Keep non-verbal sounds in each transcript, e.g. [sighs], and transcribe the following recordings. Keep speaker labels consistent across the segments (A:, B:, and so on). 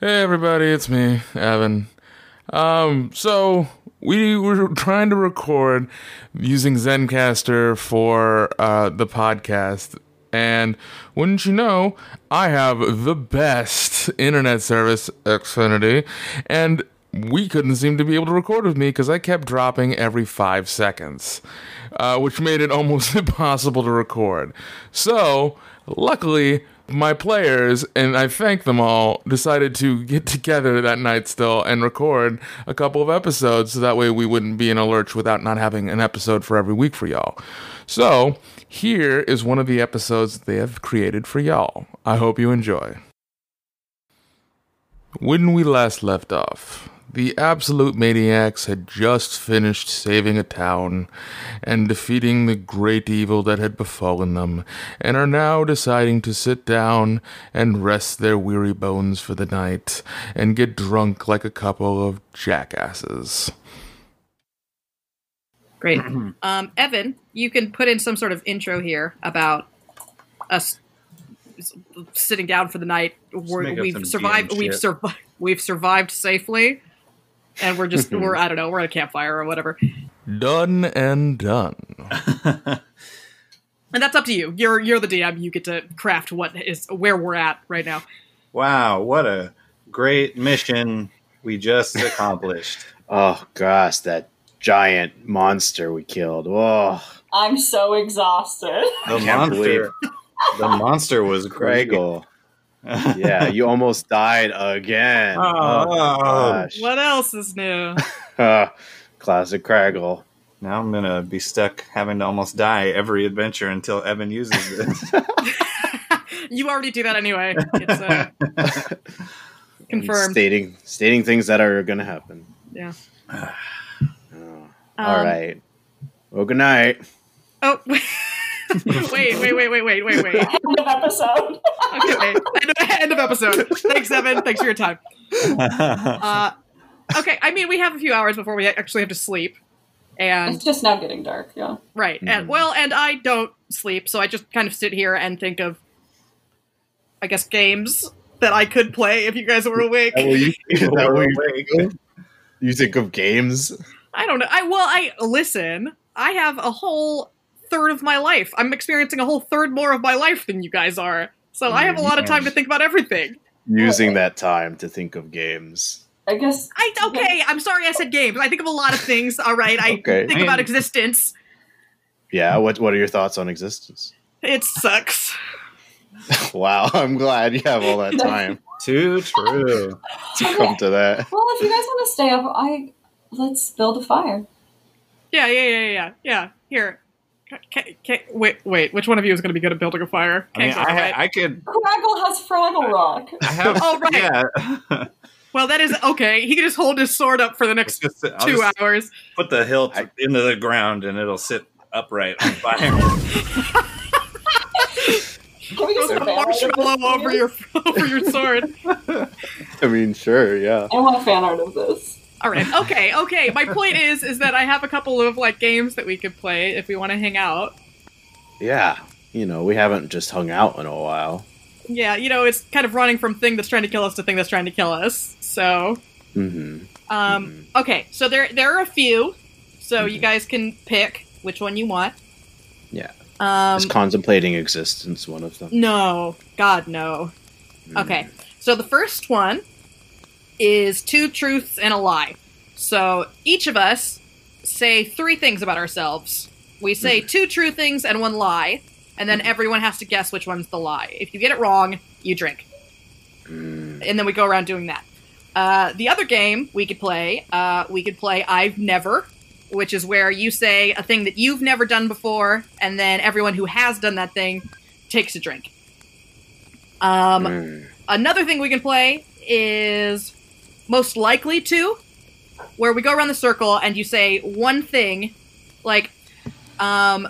A: Hey everybody, it's me, Evan. Um, so we were trying to record using ZenCaster for uh, the podcast, and wouldn't you know, I have the best internet service, Xfinity, and we couldn't seem to be able to record with me because I kept dropping every five seconds, uh, which made it almost [laughs] impossible to record. So luckily my players, and I thank them all, decided to get [laughs] together that night still and record a couple of episodes so that way we wouldn't be in a lurch without not having an episode for every week for y'all. So, here is one of the episodes they have created for y'all. I hope you enjoy. When we last left off, the absolute maniacs had just finished saving a town and defeating the great evil that had befallen them, and are now deciding to sit down and rest their weary bones for the night and get drunk like a couple of jackasses.
B: Great.
C: Mm-hmm.
B: Um, Evan, you can put in some sort of intro here about us s- sitting down for the night. We're,
C: make up
B: we've
C: some
B: survived.
C: DM
B: We've
C: shit.
B: survived. We've survived safely, and we're
C: [laughs]
B: just we're I don't know we're at a campfire or whatever.
A: Done and done.
B: And that's up to you. You're you're the DM. You get to craft what is where we're at right now.
C: Wow, what a great mission we just [laughs] accomplished.
D: Oh gosh, that giant monster we killed. Oh,
E: I'm so exhausted. [laughs]
C: The
D: can't
C: monster The monster was great. [laughs]
D: Craigle. yeah, you almost died again.
C: Oh.
D: gosh.
B: What else is new?
C: [laughs]
D: Ah, [laughs] classic Craggle.
C: Now I'm gonna be stuck having to almost die every adventure until Evan uses [laughs] this.
B: you already do that anyway. It's
C: [laughs]
B: uh, confirmed.
D: Stating stating things that are gonna happen.
B: yeah.
D: Oh,
B: Um,
D: all right. Well, good night.
B: Oh. [laughs] wait, wait, wait, wait, wait, wait, wait.
E: End
D: [laughs]
E: of episode.
B: okay. End of, end of episode. Thanks, Evan. Thanks for your time. Uh, okay. I mean, we have a few hours before we actually have to sleep, and
E: It's just now getting dark. Yeah.
B: right, and well, and I don't sleep, so I just kind of sit here and think of, I guess, games that I could play if you guys were awake.
D: [laughs] you,
C: that what you
D: think of games?
B: I don't know. I well, I listen. I have a whole third of my life. I'm experiencing a whole third more of my life than you guys are. So I have a lot of time to think about everything.
D: Using that time to think of games.
E: I
D: [laughs]
E: guess
B: I okay. I'm sorry I said games. I think of a lot of things. All right. I
D: Okay.
B: think about existence.
D: Yeah. What What are your thoughts on existence?
B: It sucks.
D: Wow, [laughs] I'm glad you have
B: [laughs]
D: all that time
C: Too true.
D: to come to that.
E: Well, if you guys want to stay up, I let's build a fire.
B: Yeah, yeah, yeah, yeah, yeah. Here, can, can, wait, wait. Which one of you is going to be good at building a fire?
C: I mean,
B: Can't say,
C: I,
B: right?
C: I could.
E: Craggle has Fraggle Rock.
B: [laughs]
C: I have.
B: Oh, right.
C: Yeah.
B: well, that is okay. He can just hold his sword up for the next
C: It's just- I'll
B: two
C: just
B: hours.
C: Put the hilt
D: I-
C: into the ground and it'll sit upright on fire.
E: Can we
B: Throw
E: just
B: some marshmallow over your [laughs] over your sword.
D: I mean, sure, yeah.
E: I want fan art of this.
B: All right. Okay. Okay. My point is, is that I have a couple of like games that we could play if we want to hang out.
D: Yeah. You know, we haven't just hung out in a while.
B: Yeah. You know, it's kind of running from thing that's trying to kill us to thing that's trying to kill us. So
D: hmm
B: Um, okay, so there there are a few, so you
D: Mhm.
B: guys can pick which one you want.
D: Yeah.
B: Um,
D: Is contemplating existence one of them?
B: no, God no.
D: Mm-hmm.
B: Mm, Okay, so the first one is two truths and a lie. So each of us say three things about ourselves. We say two true things and one lie, and then everyone has to guess which one's the lie. If you get it wrong, you drink
D: Mm.
B: and then we go around doing that. Uh, the other game we could play, uh, we could play I've Never, which is where you say a thing that you've never done before, and then everyone who has done that thing takes a drink. Um,
D: Mm.
B: Another thing we can play is most likely to, where we go around the circle and you say one thing, like, um,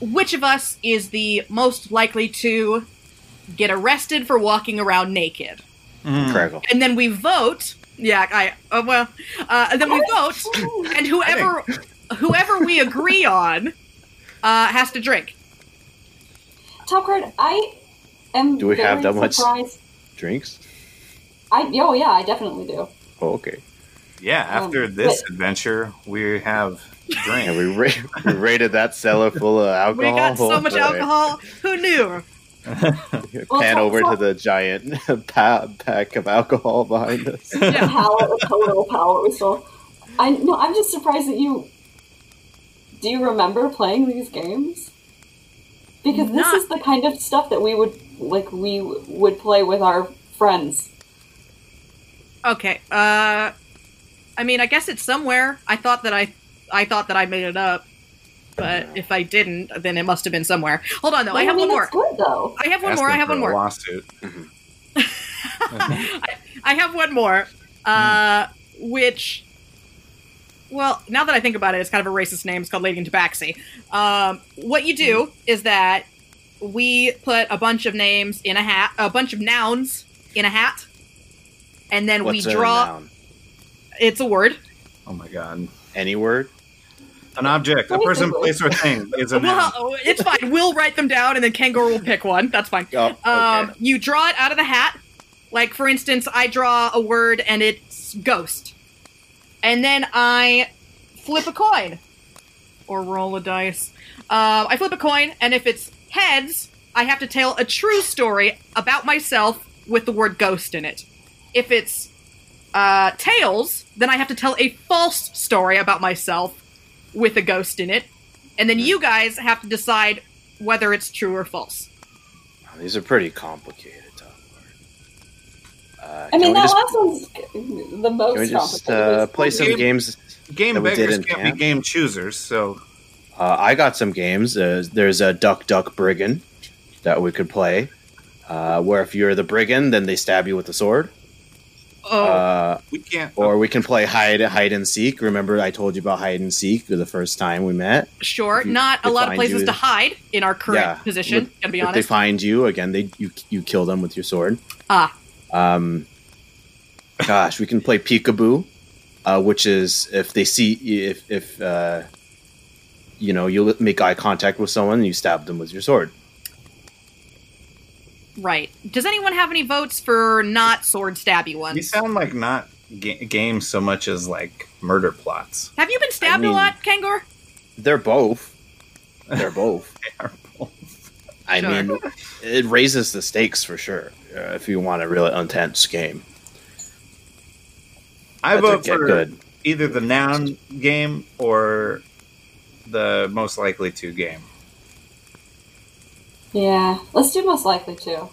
B: which of us is the most likely to get arrested for walking around naked?
C: [laughs] Mm.
D: Craggle.
B: And then we vote. Yeah, I uh, well, uh, and then we vote, and whoever whoever we agree on uh, has to drink.
E: Top card. I am.
D: Do we have
E: very
D: that much?
E: surprised.
D: Drinks? Oh,
E: I oh yeah, I definitely do.
D: Okay.
C: Yeah, after
E: Um,
C: this
E: but-
C: adventure, we have
D: And
C: drink.
D: we,
B: [laughs]
D: ra- we raided that cellar full of
B: We
D: alcohol.
B: got so much
D: Right.
B: alcohol. Who knew?
E: Well,
D: Pan
E: so-
D: over
E: so-
D: to the giant [laughs] pa- pack of alcohol behind us.
E: [laughs]
B: Yeah.
E: palette with the little palette whistle. I no, I'm just surprised that you. Do you remember playing these games? Because this
B: Not-
E: is the kind of stuff that we would like. We w- would play with our friends.
B: Okay. Uh, I mean, I guess it's somewhere. I thought that I, I thought that I made it up, but if I didn't, then it must have been somewhere. Hold on, though. I have
E: mean,
B: one more.
E: It's good though.
B: I have one more. I
C: Asking
B: have
C: for
B: one
C: a
B: more.
C: Lawsuit.
B: I, I have one more, uh, which, well, now that I think about it, it's kind of a racist name. It's called Lady in Tabaxi. Um, what you do is that we put a bunch of names in a hat, a bunch of nouns in a hat, [laughs] and then
D: What's
B: we
D: a
B: draw.
D: noun?
B: It's a word.
C: Oh my god.
D: Any word?
C: An object, a person, place, or thing is a noun.
B: [laughs] Well, it's fine. We'll write them down, and then Kangor will pick one. That's fine.
D: Oh, okay.
B: Um, You draw it out of the hat. Like, for instance, I draw a word and it's ghost. And then I flip a coin or roll a dice. Um, I flip a coin, and if it's heads, I have to tell a true story about myself with the word ghost in it. If it's uh, tails, then I have to tell a false story about myself with a ghost in it. And then you guys have to decide whether it's true or false.
D: Oh, these are pretty complicated. Tom. Uh,
E: I
D: can
E: mean,
D: we
E: that
D: just,
E: last one's the most
D: can we just
E: complicated.
D: uh, play some
C: Game-
D: games?
C: Game
D: That we did
C: beggars
D: in
C: can't
D: camp?
C: be game choosers, so
D: Uh, I got some games. Uh, there's a Duck Duck Brigand that we could play, uh, where if you're the brigand, then they stab you with a sword.
B: Oh.
D: Uh,
C: we can't.
D: or we can play hide hide and seek. Remember, I told you about hide and seek the first time we met.
B: Sure,
D: If you-
B: not a
D: they
B: lot of
D: find
B: places
D: you-
B: to hide in our current
D: Yeah,
B: position. Gotta be
D: if they
B: honest.
D: find you again, they you you kill them with your sword.
B: Ah.
D: Um. Gosh, we can play peekaboo, uh, which is if they see if if uh, you know you make eye contact with someone, you stab them with your sword.
B: right. Does anyone have any votes for not sword stabby
C: You
B: ones?
C: sound like not ga- games so much as like murder plots.
B: Have you been stabbed
D: mean-
B: a lot, Kangor?
D: They're both.
C: [laughs]
D: They're both. I
B: Sure.
D: mean, it raises the stakes for sure. Uh, if you want a really intense game,
C: I
D: That
C: vote
D: did get
C: for
D: good.
C: either the noun game or the most likely to game.
E: Yeah, let's do most likely too.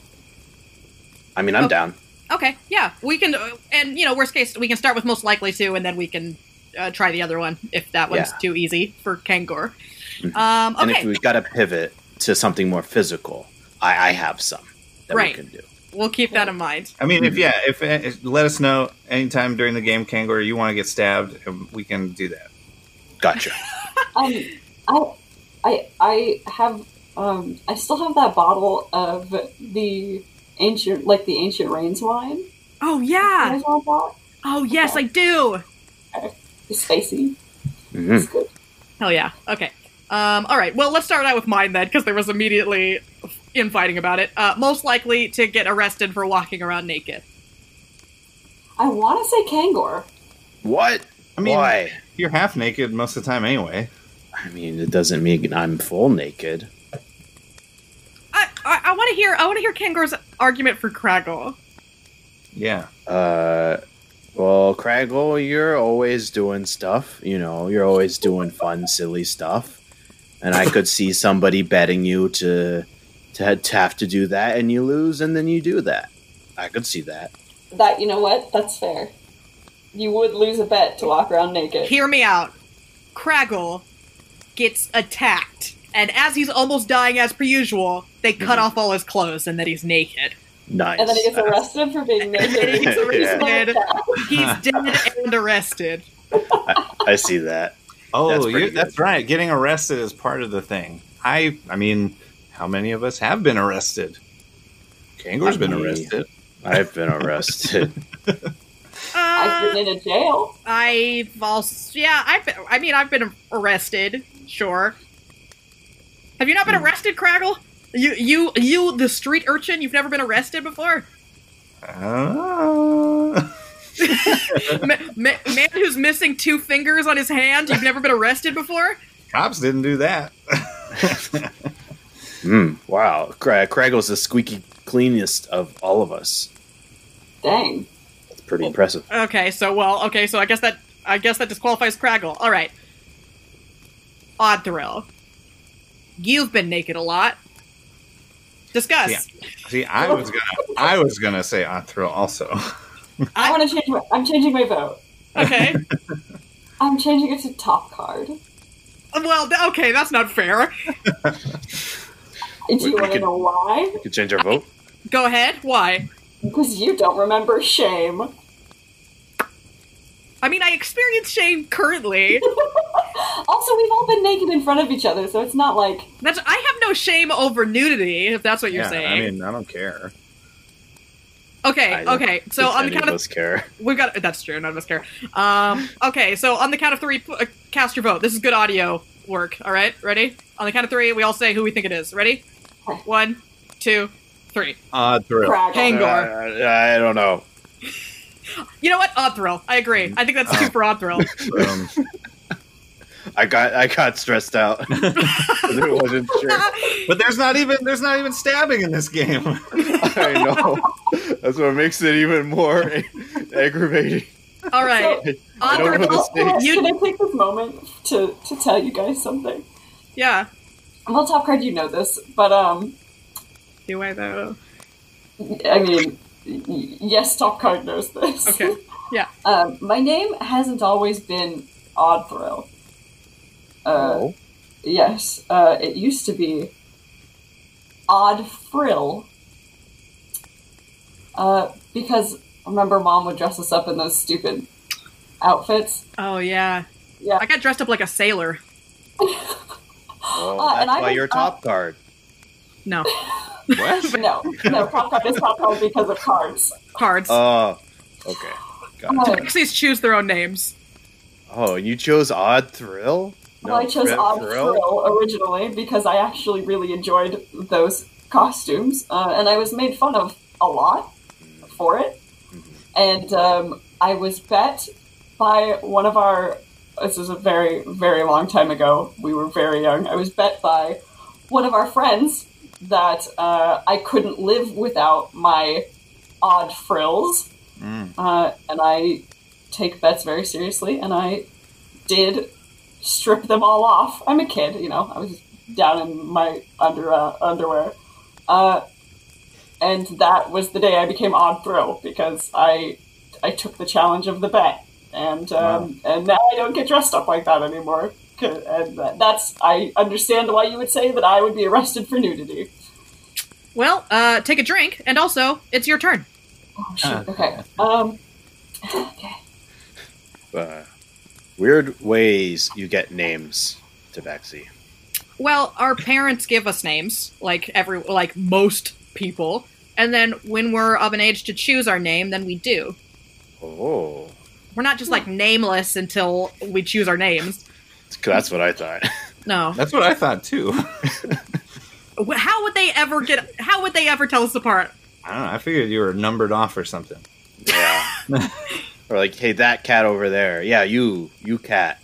D: I mean, I'm
B: Oh.
D: down.
B: Okay, yeah, we can. uh, And you know, worst case, we can start with most likely to, and then we can uh, try the other one if that one's
D: Yeah.
B: too easy for Kangor.
D: Mhm.
B: Um,
D: And
B: okay,
D: if we got to pivot to something more physical, I, I have some that
B: Right.
D: we can do.
B: we'll keep that in mind.
C: I mean, if
D: Mm-hmm.
C: yeah, if, eh, if let us know anytime during the game, Kangor, you want to get stabbed, um, we can do that.
B: [laughs]
D: Gotcha.
E: Um, I, I, I have. Um, I still have that bottle of the ancient, like the ancient rains wine.
B: Oh
E: You
B: yeah.
E: guys want that?
B: Oh yes, I do.
E: It's spicy.
D: Mhm.
E: It's good.
B: Hell Oh, yeah. Okay. Um, all right. Well, let's start out with mine then, because there was immediately infighting about it. Uh, most likely to get arrested for walking around naked.
E: I want to say Kangor.
D: What?
C: I mean-
D: Why?
C: You're half naked most of the time anyway.
D: I mean, it doesn't mean I'm full naked.
B: I I, I want to hear I want to hear Kangor's argument for Craggle.
C: Yeah.
D: Uh, well, Craggle, you're always doing stuff. You know, you're always doing fun, silly stuff. And I could see somebody betting you to, to to have to do that, and you lose, and then you do that. I could see that.
E: That you know what? That's fair. You would lose a bet to walk around naked.
B: Hear me out. Craggle gets attacked, and as he's almost dying, as per usual, they cut
D: Mhm.
B: off all his clothes, and that he's naked.
D: Nice.
E: and
B: [laughs]
E: then he gets arrested for being
B: And [laughs] he
E: naked.
B: gets arrested. He's dead and arrested.
D: [laughs] I see that. That's
C: Oh,
D: pretty
C: you
D: good.
C: that's right. Getting arrested is part of the thing. I I mean, how many of us have been arrested? Kangor's been
D: Me.
C: arrested.
D: I've been arrested. [laughs]
E: I've
B: Uh,
E: been in a jail.
B: I've also yeah I've been, I mean I've been arrested sure. Have you not been arrested, Craggle? You you you the street urchin. You've never been arrested before.
C: Uh,
B: Ma- ma- man who's missing two fingers on his hand. You've never been arrested before.
C: [laughs] Cops didn't do that.
D: Hmm. Wow. Cra- Craggle's the squeaky cleanest of all of us.
E: Dang.
D: It's pretty impressive.
B: Okay, so well, okay, so I guess that I guess that disqualifies Craggle. All right, Odd Thrill, you've been naked a lot. Discuss.
C: See, I was gonna, I was gonna say Othrill also.
E: I, want to change. My, I'm changing my vote.
B: Okay.
E: I'm changing it to top card.
B: well, th- okay, that's not fair.
E: And do
D: Wait,
E: you
D: we
E: want to
D: could-
E: know why?
D: We could change our vote.
B: Go ahead. Why?
E: Because you don't remember shame.
B: I mean, I experience shame
D: [laughs]
B: currently.
E: Also, we've all been naked in front of each other, so it's not like
B: That's I have no shame over nudity, if that's what you're
C: yeah,
B: saying.
C: I mean, I don't care.
B: okay,
D: I don't
B: okay. So
D: If
B: on the
D: any
B: count
D: of
B: of
D: us care.
B: We've got that's true. None of us care. Um, okay, so on the count of three, p- uh, cast your vote. This is good audio work. All right, ready? On the count of three, we all say who we think it is. Ready? One, two, three.
C: Othrill.
E: craggle.
B: Hang- Angor.
D: Uh, I don't know.
B: You know what? Odd thrill. I agree. I think that's two for odd thrill.
C: Um,
D: I got I got stressed out. [laughs] I wasn't [laughs] sure.
C: but there's not even there's not even stabbing in this game. [laughs]
D: I know. That's what makes it even more [laughs] aggravating.
B: [laughs] all right.
E: So-
D: I
B: Odd
D: don't know
B: thrill.
D: the stakes.
B: You-
E: Can I take this moment to, to tell you guys something?
B: Yeah.
E: Well, top card, you know this, but um,
B: Do I though?
E: I mean, y- yes, top card knows this.
D: [laughs]
B: Okay. Yeah.
E: [laughs] um, my name hasn't always been Odd Thrill. Uh,
D: Oh.
E: Yes, uh, it used to be Odd Frill. Uh, because remember, mom would dress us up in those stupid outfits.
B: Oh yeah.
E: Yeah.
B: I got dressed up like a sailor.
D: Oh, Well,
E: Uh, and
D: that's
E: I
D: why
E: was-
D: you're top card.
B: No
C: what?
E: No, no, pop card is pop card because of cards.
B: cards.
D: [laughs] Oh. Okay. Got it.
E: Uh,
B: Pixies choose their own names.
D: Oh, and you chose Odd Thrill?
E: well, I chose
D: Thri-
E: Odd Frill originally because I actually really enjoyed those costumes, uh, and I was made fun of a lot for it. and um, I was bet by one of our. This is a very, very long time ago. We were very young. I was bet by one of our friends that uh, I couldn't live without my odd frills,
C: Mm.
E: uh, and I take bets very seriously. And I did strip them all off. I'm a kid, you know. I was down in my under uh, underwear. Uh, and that was the day I became Odd Thrill because I I took the challenge of the bet, and um, and now I don't get dressed up like that anymore. 'Cause- And that- that's I understand why you would say that I would be arrested for nudity.
B: Well, uh, take a drink, and also it's your turn.
E: Oh, shoot. Okay. Um. Okay.
D: Uh, weird ways you get names, Tabaxi.
B: Well, our parents give us names, like every like most people, and then when we're of an age to choose our name, then we do.
D: Oh.
B: We're not just like nameless until we choose our names.
D: That's
E: [laughs]
D: what I thought.
B: No.
C: That's what I thought too.
B: Wh- How would they ever get how would they ever tell us apart?
C: I don't know. I figured you were numbered off or something.
D: Yeah.
E: [laughs]
D: or like, hey, that cat over there. Yeah, you, you cat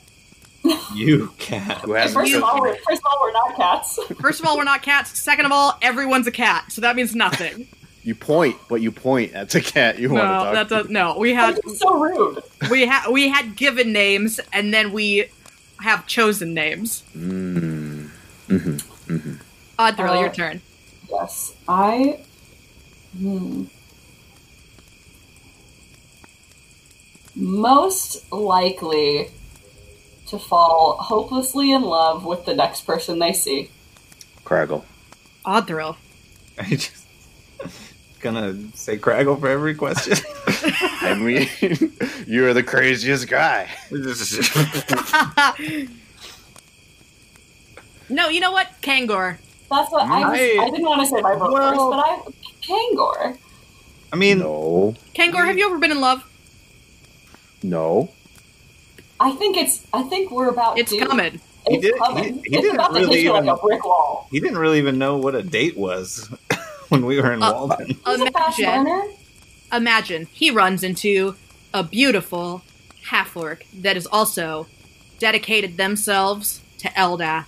C: You [laughs] cat.
D: who
E: First
D: hasn't
E: of, all,
D: chosen.
E: we're, first of all, we're not cats.
B: First of all, we're not cats. Second of all, everyone's a cat, so that means [laughs] nothing.
D: You point, but you point at the cat you
B: no,
D: want to talk
B: that
D: to.
B: does no. We
E: [laughs]
B: had
E: That's so rude.
B: we had we had given names and then we have chosen names.
D: Mm. hmm hmm
B: Odd thrill, your
E: Uh,
B: turn.
E: Yes, I. Hmm. Most likely to fall hopelessly in love with the next person they see.
D: Craggle.
B: Odd thrill.
C: I just gonna say Craggle for every question.
D: I mean, [laughs] you are the craziest guy.
C: [laughs]
B: no, you know what? Kangor.
E: That's what I, was,
C: I-
E: I didn't want to say my vote
C: Well-
E: first, but I Kangor.
C: I mean,
D: No,
B: Kangor, have you ever been in love?
D: no. [gasps]
E: I think it's. I think we're about.
B: It's
E: due.
B: coming.
E: It's
C: He did-
E: coming.
C: he- he
E: it's
C: didn't
E: about to
C: really
E: hit you
C: even-
E: like a brick wall.
C: he didn't really even know what a date was [laughs] when we were in
B: Uh,
C: Walden.
E: He's a fast
B: Imagine.
E: learner.
B: Imagine. He runs into a beautiful half orc that has also dedicated themselves to Eldath,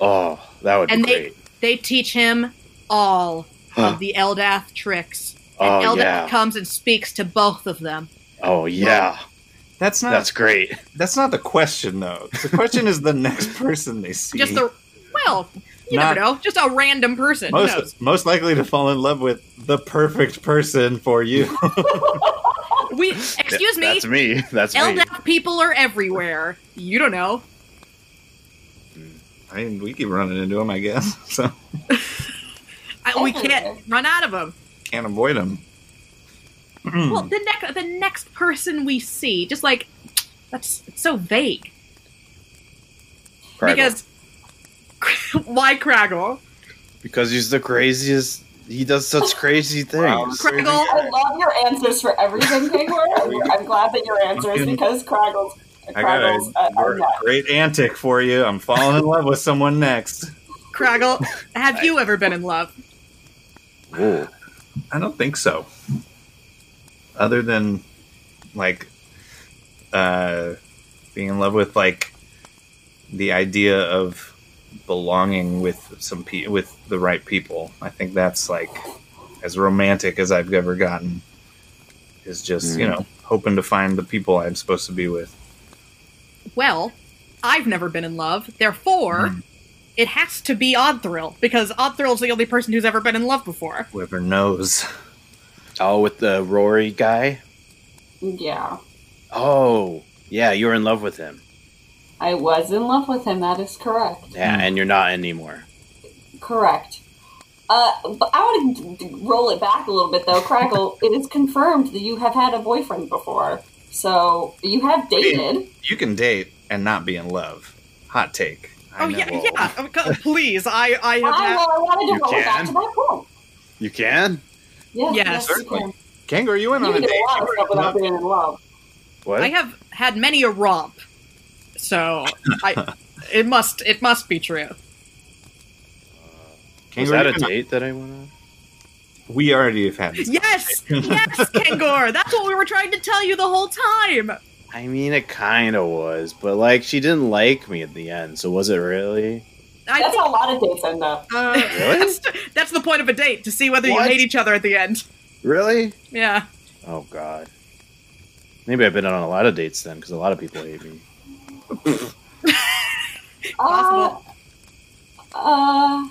D: oh, that would
B: and
D: be
B: they
D: great.
B: they teach him all
D: Huh.
B: of the Eldath tricks.
D: Oh
B: And Eldath
D: yeah.
B: comes and speaks to both of them.
D: Oh yeah.
C: That's not that's,
D: That's great.
C: not the question though. The question is the [laughs] next person they see.
B: Just the well, you
C: Not-
B: never know. Just a random person. Who knows?
C: most most likely to fall in love with the perfect person for you.
B: We excuse me.
D: That's me. That's me.
B: Eldath people are everywhere. You don't know.
C: [laughs] I mean, we keep running into them, I guess. [laughs] So
B: I, we
E: Everywhere.
B: can't run out of them.
C: can't avoid them. Hmm.
B: Well, the next the next person we see, just like that's it's so vague
D: Craggle.
B: because [laughs] why Craggle?
D: because he's the craziest. He does such
B: Oh.
D: crazy things.
B: Craggle
E: I love your answers for
C: [laughs]
E: everything, Kingor. I'm glad that your answers because Craggles,
C: [clears throat] I got a
E: Craggles, uh, are not.
C: great antic for you. I'm falling in love with someone next.
B: Craggle, have you ever been in love?
D: Ooh.
C: I don't think so. Other than like uh being in love with like the idea of belonging with some pe- with the right people. I think that's like as romantic as I've ever gotten is just, you
D: Mm.
C: know, hoping to find the people I'm supposed to be with.
B: Well, I've never been in love. Therefore, it has to be Odd Thrill because Odd Thrill's the only person who's ever been in love before.
C: Whoever knows.
D: Oh, with the Rory guy.
E: Yeah,
D: Oh, yeah. You're in love with him.
E: I was in love with him. That is correct.
D: Yeah,
C: Hmm.
D: and you're not anymore.
E: Correct. Uh, but I want to d- d- roll it back a little bit, though. Crackle, it is confirmed that you have had a boyfriend before, so you have dated.
C: You can date and not be in love. Hot take. I
B: oh yeah,
C: know.
B: yeah. Oh, God, please, I I have.
E: I,
B: had-
E: well, I wanted to
D: You
E: roll it back
D: can.
E: to that point.
D: You can.
E: Yes,
B: Yes.
E: yes, you
C: Certainly.
E: can.
C: Kangaroo, you went
E: You
C: on a
E: can
C: date.
E: do a lot
C: You
E: of
C: were in
E: stuff without
C: love.
E: being in love.
D: What?
B: I have had many a romp, so I it must it must be true.
D: Was
C: Kangaroo,
D: that a
C: you went on-
D: date that I went on?
C: We already have had this
B: Yes, yes, Kangor, that's what we were trying to tell you the whole time.
D: I mean, it kind of was, but like she didn't like me at the end, so was it really?
B: I
E: That's
B: think
E: how a lot of dates end up.
D: Really?
B: that's, that's the point of a date to see whether
D: What?
B: you hate each other at the end.
D: Really?
B: Yeah,
D: Oh God. Maybe I've been on a lot of dates then, because a lot of people
B: [laughs]
D: hate me.
E: Uh,
B: Possible.
E: uh,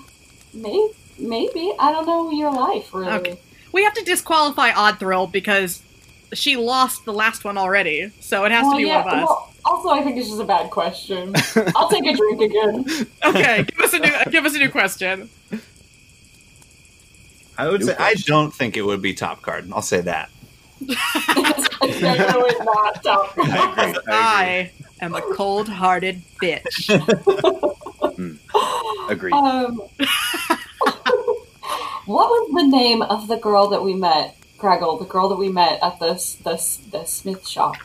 E: maybe, maybe I don't know your life really.
B: Okay. we have to disqualify Odd Thrill because she lost the last one already, so it has
E: Well,
B: to be
E: yeah,
B: one of us.
E: well, also, I think it's just a bad question. I'll take a drink again. [laughs]
B: Okay, give us a new give us a new question.
C: I would
D: New
C: say I
D: question.
C: don't think it would be top card. I'll say that.
E: it's definitely not top.
D: I agree. [laughs] I
B: I am a cold-hearted bitch.
D: agree.
B: Oh.
D: Agreed.
E: Um, what was the name of the girl that we met, Greggle? The girl that we met at the s- the s- the Smith shop,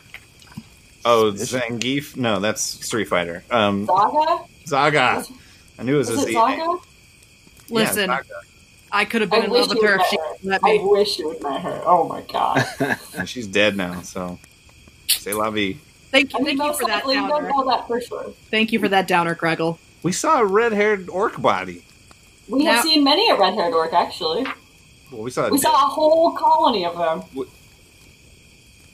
C: Oh,
D: It's-
C: Zangief? No, that's Street Fighter. Um,
E: Zaga?
C: Zaga. I knew it was
E: Is
C: a
E: it
C: Z.
E: Zaga?
C: Yeah,
B: Listen,
C: Zaga.
B: I could have
E: I
B: been in
E: wish
B: love with
E: you
B: her if she
E: were.
B: let
E: I
B: me.
E: wish you would met her. Oh my god!
C: And she's dead now, so say la vie.
B: Thank you,
E: I mean,
B: thank you
E: most
B: for that
E: likely you don't
B: downer.
E: know that for sure.
B: Thank you for that downer, Greggle.
C: We saw a red-haired orc body.
E: We
B: Now-
E: have seen many a red-haired orc, actually.
C: Well, we saw a
E: We
C: dead,
E: saw a whole colony of them.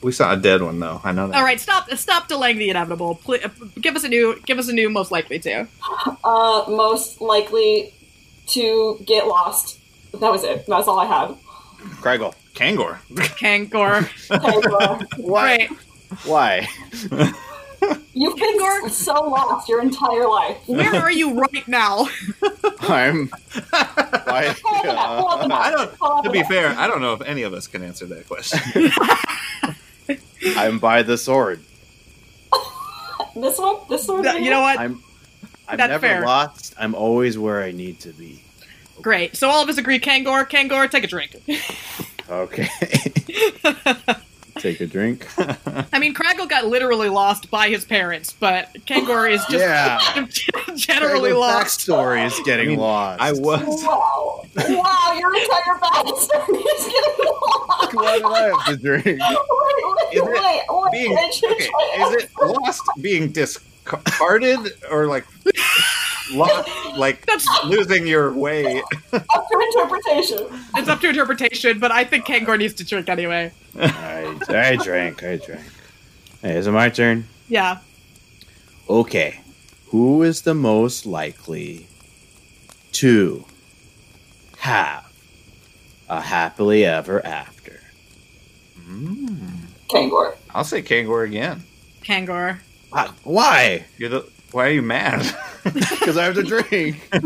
C: we saw a dead one though. I know that.
B: All right, stop, stop delaying the inevitable. Pl- uh, give us a new, give us a new most likely to.
E: Uh, most likely to get lost. That was it. That's all I had.
D: Craggle.
C: Kangor. [laughs]
B: [laughs] Kangor,
E: Okay, well,
D: Why?
B: great. [laughs]
D: Why?
E: You've been
B: Kangor.
E: so lost your entire life.
B: Where are you right [laughs] now?
D: I'm.
B: [laughs]
D: Why?
B: Oh,
D: uh,
E: Pull them up, pull them up.
C: I don't.
E: Pull
C: To
E: them
C: be
E: up.
C: fair, I don't know if any of us can answer that question.
D: I'm by the sword.
E: This one, this one.
B: Th- You know what?
D: I'm. I'm
B: That's
D: never
B: fair.
D: lost. I'm always where I need to be.
B: Great. So all of us agree. Kangor, Kangor, take a drink. [laughs]
D: Okay. Take a drink.
B: I mean, Craggle got literally lost by his parents, but Kangor is [laughs] just [laughs]
D: yeah.
B: generally
D: Craggle
B: lost.
D: Backstory is getting
C: I mean,
D: lost.
C: I
D: [laughs]
C: was.
E: Wow! [laughs] Wow! Your entire backstory is getting lost.
D: Why did I have to drink?
E: Wait,
C: Is it
E: wait, wait,
C: being
E: I changed
C: okay,
E: my
C: is it lost being discarded or
E: [laughs]
C: like lost like losing your way?
E: up to interpretation.
B: It's up to interpretation, but I think Kangor needs to drink anyway.
D: I, I drank. I drank. Hey, is it my turn?
B: Yeah.
D: Okay. Who is the most likely to have a happily ever after? Hmm.
E: Kangor.
C: I'll say Kangor again.
B: Kangor.
D: Why- Ah, Why? [laughs]
C: You're the why are you mad? [laughs]
D: Because I have to drink.
E: You're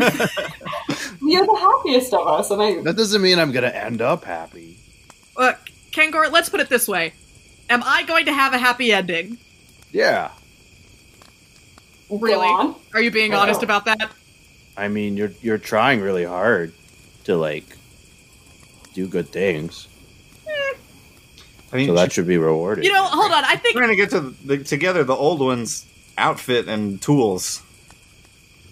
E: the happiest of us, and I
D: That doesn't mean I'm gonna end up happy.
B: Look, Kangor, let's put it this way. Am I going to have a happy ending?
D: Yeah.
E: go
B: Really?
E: on.
B: Are you being
E: Oh.
B: honest about that?
D: I mean, you're you're trying really hard to like do good things,
C: I mean,
D: so that should be rewarded.
B: You know, hold on. I think
C: we're gonna get to the, together the old one's outfit and tools.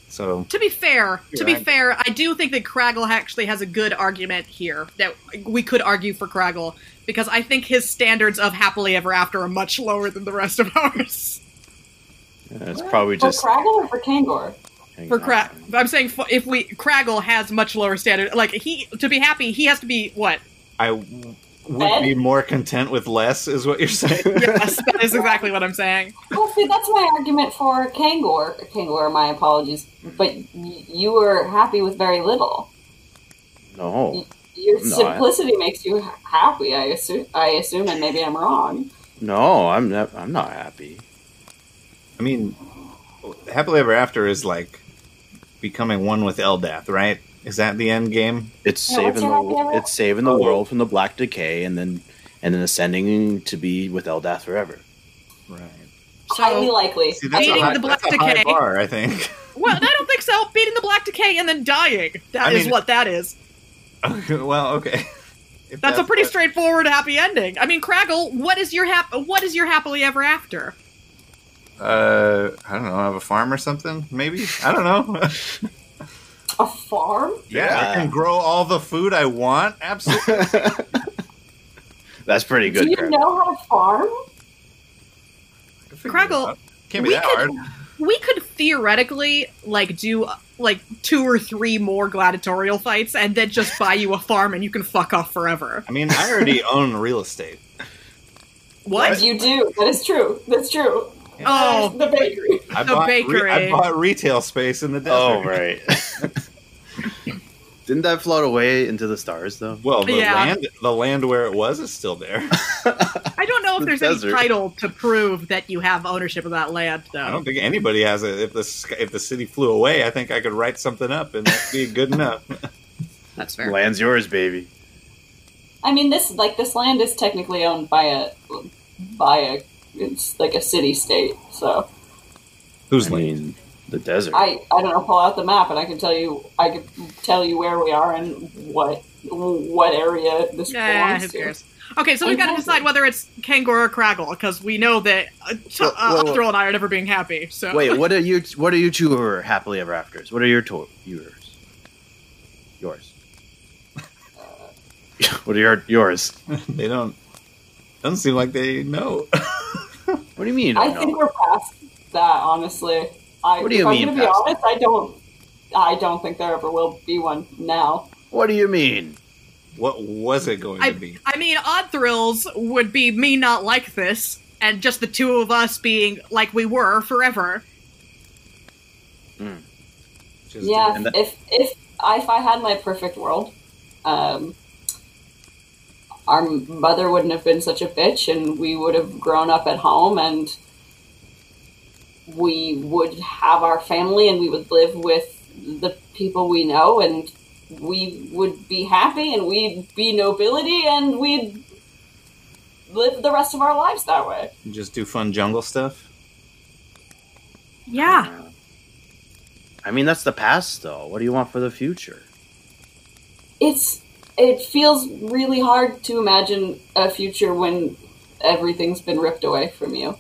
C: So
B: to be fair, to
C: You're
B: be
C: right.
B: fair, I do think that Craggle actually has a good argument here that we could argue for Craggle because I think his standards of happily ever after are much lower than the rest of [laughs] ours.
D: Yeah, it's probably just
E: for Craggle or for Kangor.
D: hang
B: For
D: on.
B: Crag, I'm saying fu- if we Craggle has much lower standard, like he to be happy, he has to be what?
C: I w- would be more content with less, is what you're saying.
B: [laughs] Yes, that is exactly what I'm saying.
E: Well, see, that's my argument for Kangor. Kangor, my apologies, but y- you were happy with very little.
D: No,
E: Your
D: No, I-
E: simplicity makes you ha- happy. I assume. I assume, and maybe I'm wrong.
D: no, I'm not. I'm not happy.
C: I mean, happily ever after is like becoming one with Eldath, right? Is that the end game?
D: It's
E: Yeah,
D: saving
E: what's your
D: the
E: happy ever-
D: it's saving the
C: Oh.
D: world from the black decay, and then and then ascending to be with Eldath forever.
C: Right.
E: Highly
B: So
E: likely.
C: See, that's a
B: Beating
C: high,
B: the black
C: that's a high
B: decay.
C: bar, I think. [laughs]
B: well, I don't think so. Beating the black decay and then dying. that
C: I
B: is
C: mean-
B: what that is.
C: Okay, well, okay. If
B: That's a pretty
C: what-
B: straightforward happy ending. I mean, Craggle, what is your hap- what is your happily ever after?
C: Uh, I don't know. Have a farm or something? Maybe. I don't know. [laughs]
E: A farm?
C: yeah, I
D: Yeah.
C: can grow all the food I want. Absolutely.
D: That's pretty
E: Do
D: good.
E: you
D: Crab.
E: [laughs] know how to farm?
B: Craggle,
C: Can't be
B: we
C: that
B: could-
C: hard.
B: we could theoretically like do like two or three more gladiatorial fights and then just buy you a farm and you can fuck off forever.
C: I mean, I already [laughs] own real estate.
B: What?
E: You do. That is true. That's true.
B: Oh.
E: the bakery.
C: I
B: The
C: bought re-
B: bakery.
C: I bought retail space in the desert.
D: Oh right. Didn't that float away into the stars though?
C: Well, the
B: Yeah.
C: land, the land where it was is still there. [laughs]
B: I don't know if
D: The
B: there's
D: desert.
B: any title to prove that you have ownership of that land
C: I
B: though.
C: don't think anybody has it. If the sky- if the city flew away, I think I could write something up and that'd be good enough.
B: That's fair.
D: [laughs] Land's yours, baby.
E: I mean, this like this land is technically owned by a by a it's like a city state. So
C: [laughs] Who's
D: I mean, the desert.
E: I I don't know. Pull out the map, and I can tell you I can tell you where we are and what what area this
B: Nah,
E: belongs
B: who
E: to.
B: cares? Okay,
C: Oh,
B: so we've got to
E: Exactly.
B: decide whether it's Kangor or Craggle because we know that uh, t-
D: Well,
B: uh,
D: well, well.
B: Upthrill and I are never being happy. So
D: Wait, what are you? What are you two who are happily ever afters? What are your to- yours? Yours. [laughs] what are your yours?
C: They don't. Doesn't seem like they know. [laughs]
D: What do you mean? you
E: I
D: don't
E: think
D: know?
E: we're past that, honestly. I,
D: What do you
E: if
D: mean
E: I'm gonna
D: past
E: be honest, I don't. I don't think there ever will be one now.
D: What do you mean?
C: What was it going to be?
B: I mean, Odd Thrills would be me not like this, and just the two of us being like we were forever.
C: Just
E: Yeah,
D: and that-
E: if if if I had my perfect world, um, our mother wouldn't have been such a bitch, and we would have grown up at home, and we would have our family, and we would live with the people we know, and we would be happy, and we'd be nobility, and we'd live the rest of our lives that way.
C: Just do fun jungle stuff.
B: Yeah.
D: I mean, that's the past, though. What do you want for the future?
E: it's it feels really hard to imagine a future when everything's been ripped away from you.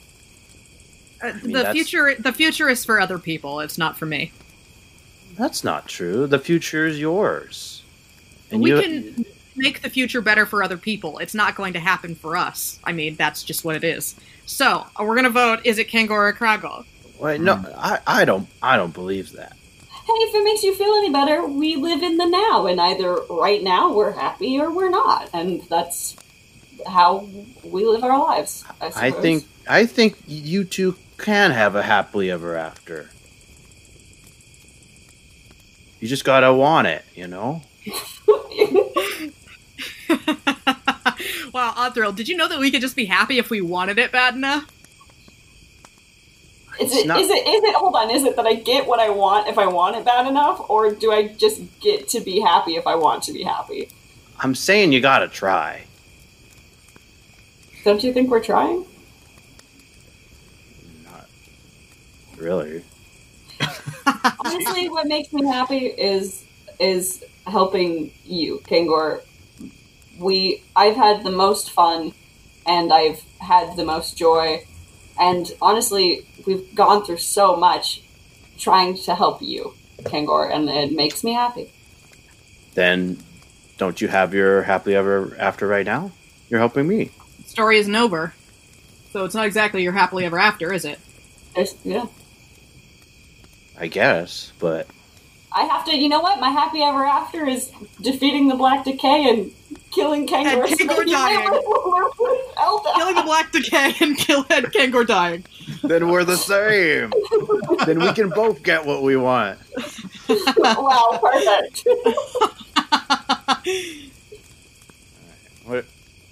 B: Uh,
D: mean,
B: the
D: that's-
B: future, the future is for other people. It's not for me.
D: That's not true. The future is yours.
B: we can make the future better for other people. It's not going to happen for us. I mean, that's just what it is. So uh, we're gonna vote. Is it Kangor or Kraggle?
D: Wait, no, I, I don't I don't believe that.
E: Hey, if it makes you feel any better, we live in the now, and either right now we're happy or we're not, and that's how we live our lives. I,
D: I
E: suppose.
D: think I think you two can have a happily ever after. You just gotta want it, you know.
B: [laughs] wow, Othrill, did you know that we could just be happy if we wanted it bad enough?
E: [laughs] Is
D: It's
E: it,
D: not-
E: is it is it hold on is it that I get what I want if I want it bad enough or do I just get to be happy if I want to be happy?
D: I'm saying you gotta try.
E: Don't you think we're trying?
D: Not really.
E: Honestly, what makes me happy is is helping you, Kangor. We I've had the most fun and I've had the most joy and honestly, we've gone through so much trying to help you, Kangor, and it makes me happy.
D: Then, don't you have your happily ever after right now? You're helping me.
B: The story isn't over, so it's not exactly your happily ever after, is it?
E: There's, yeah.
D: I guess, but
E: I have to, you know what? My happy ever after is defeating the Black Decay and killing Kangaroo.
B: And Kangor dying.
E: [laughs]
B: Killing the Black Decay and kill Ed Kangor dying. [laughs]
D: then we're the same. then we can both get what we want.
E: [laughs] wow, perfect.
D: What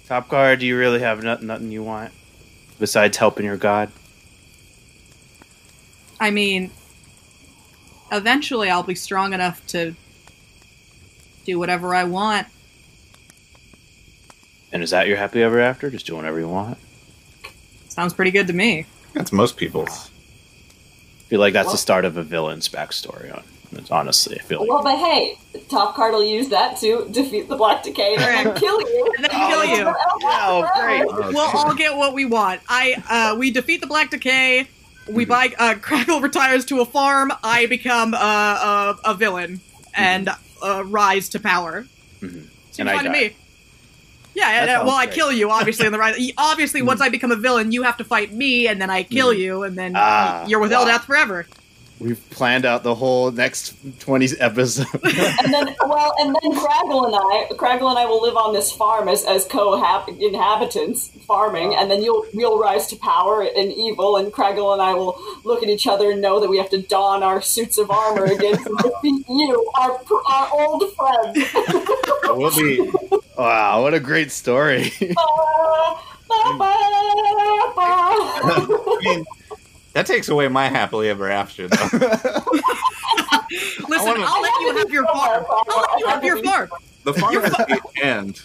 D: top guard? Do you really have no- nothing you want besides helping your god?
B: I mean, eventually I'll be strong enough to do whatever I want.
D: And is that your happily ever after? Just do whatever you want.
B: Sounds pretty good to me.
C: That's most people's.
D: I feel like that's
E: Well-
D: the start of a villain's backstory. On honestly, I feel like
E: Well, but hey, Top Card will use that to defeat the Black Decay and then
B: Alright.
E: kill you.
B: And then kill you.
D: Wow, great.
C: Oh,
B: We'll
C: shit.
B: all get what we want. I uh, we defeat the Black Decay. We
D: Mm-hmm.
B: buy uh, Crackle retires to a farm. I become uh, a, a villain and uh, rise to power.
D: Mhm.
B: Seems
D: Mm-hmm. And I
B: fine to
D: die.
B: me. Yeah, and,
D: That
B: uh, well,
D: sounds
B: I
D: great. Mm-hmm.
B: kill you obviously in the rise.
D: [laughs]
B: Obviously, once I become a villain, you have to fight me, and then I kill you, and then
D: Ah,
B: you're with
D: wow.
B: Eldath forever.
D: we've planned out the whole next twenty episodes. [laughs]
E: And then, well, and then Craggle and I, Craggle and I will live on this farm as, as co-inhabitants, farming, and then you'll you'll rise to power and evil, and Craggle and I will look at each other and know that we have to don our suits of armor against and defeat you, our pr- our old friend.
D: we'll be. Wow, what a great story!
E: Ba, ba, ba, ba.
C: I mean, that takes away my happily ever after, though. [laughs]
B: Listen,
C: wanna-
B: I'll let you have your farm. I'll let you have your farm.
C: The farm is the end.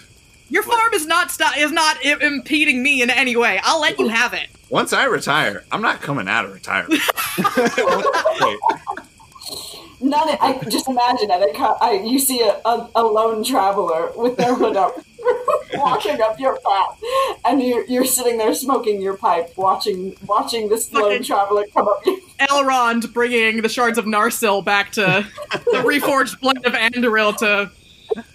B: Your farm is not sto- is not I- impeding me in any way. I'll let you have it.
C: Once I retire, I'm not coming out of retirement. Wait,
E: None. of- I just imagine it. I, ca- I you see a, a, a lone traveler with their hood up, [laughs] walking up your path, and you're you're sitting there smoking your pipe, watching watching this lone
B: Fucking-
E: traveler come up. [laughs]
B: Elrond bringing the shards of Narsil back to the [laughs] reforged blend of Andoril to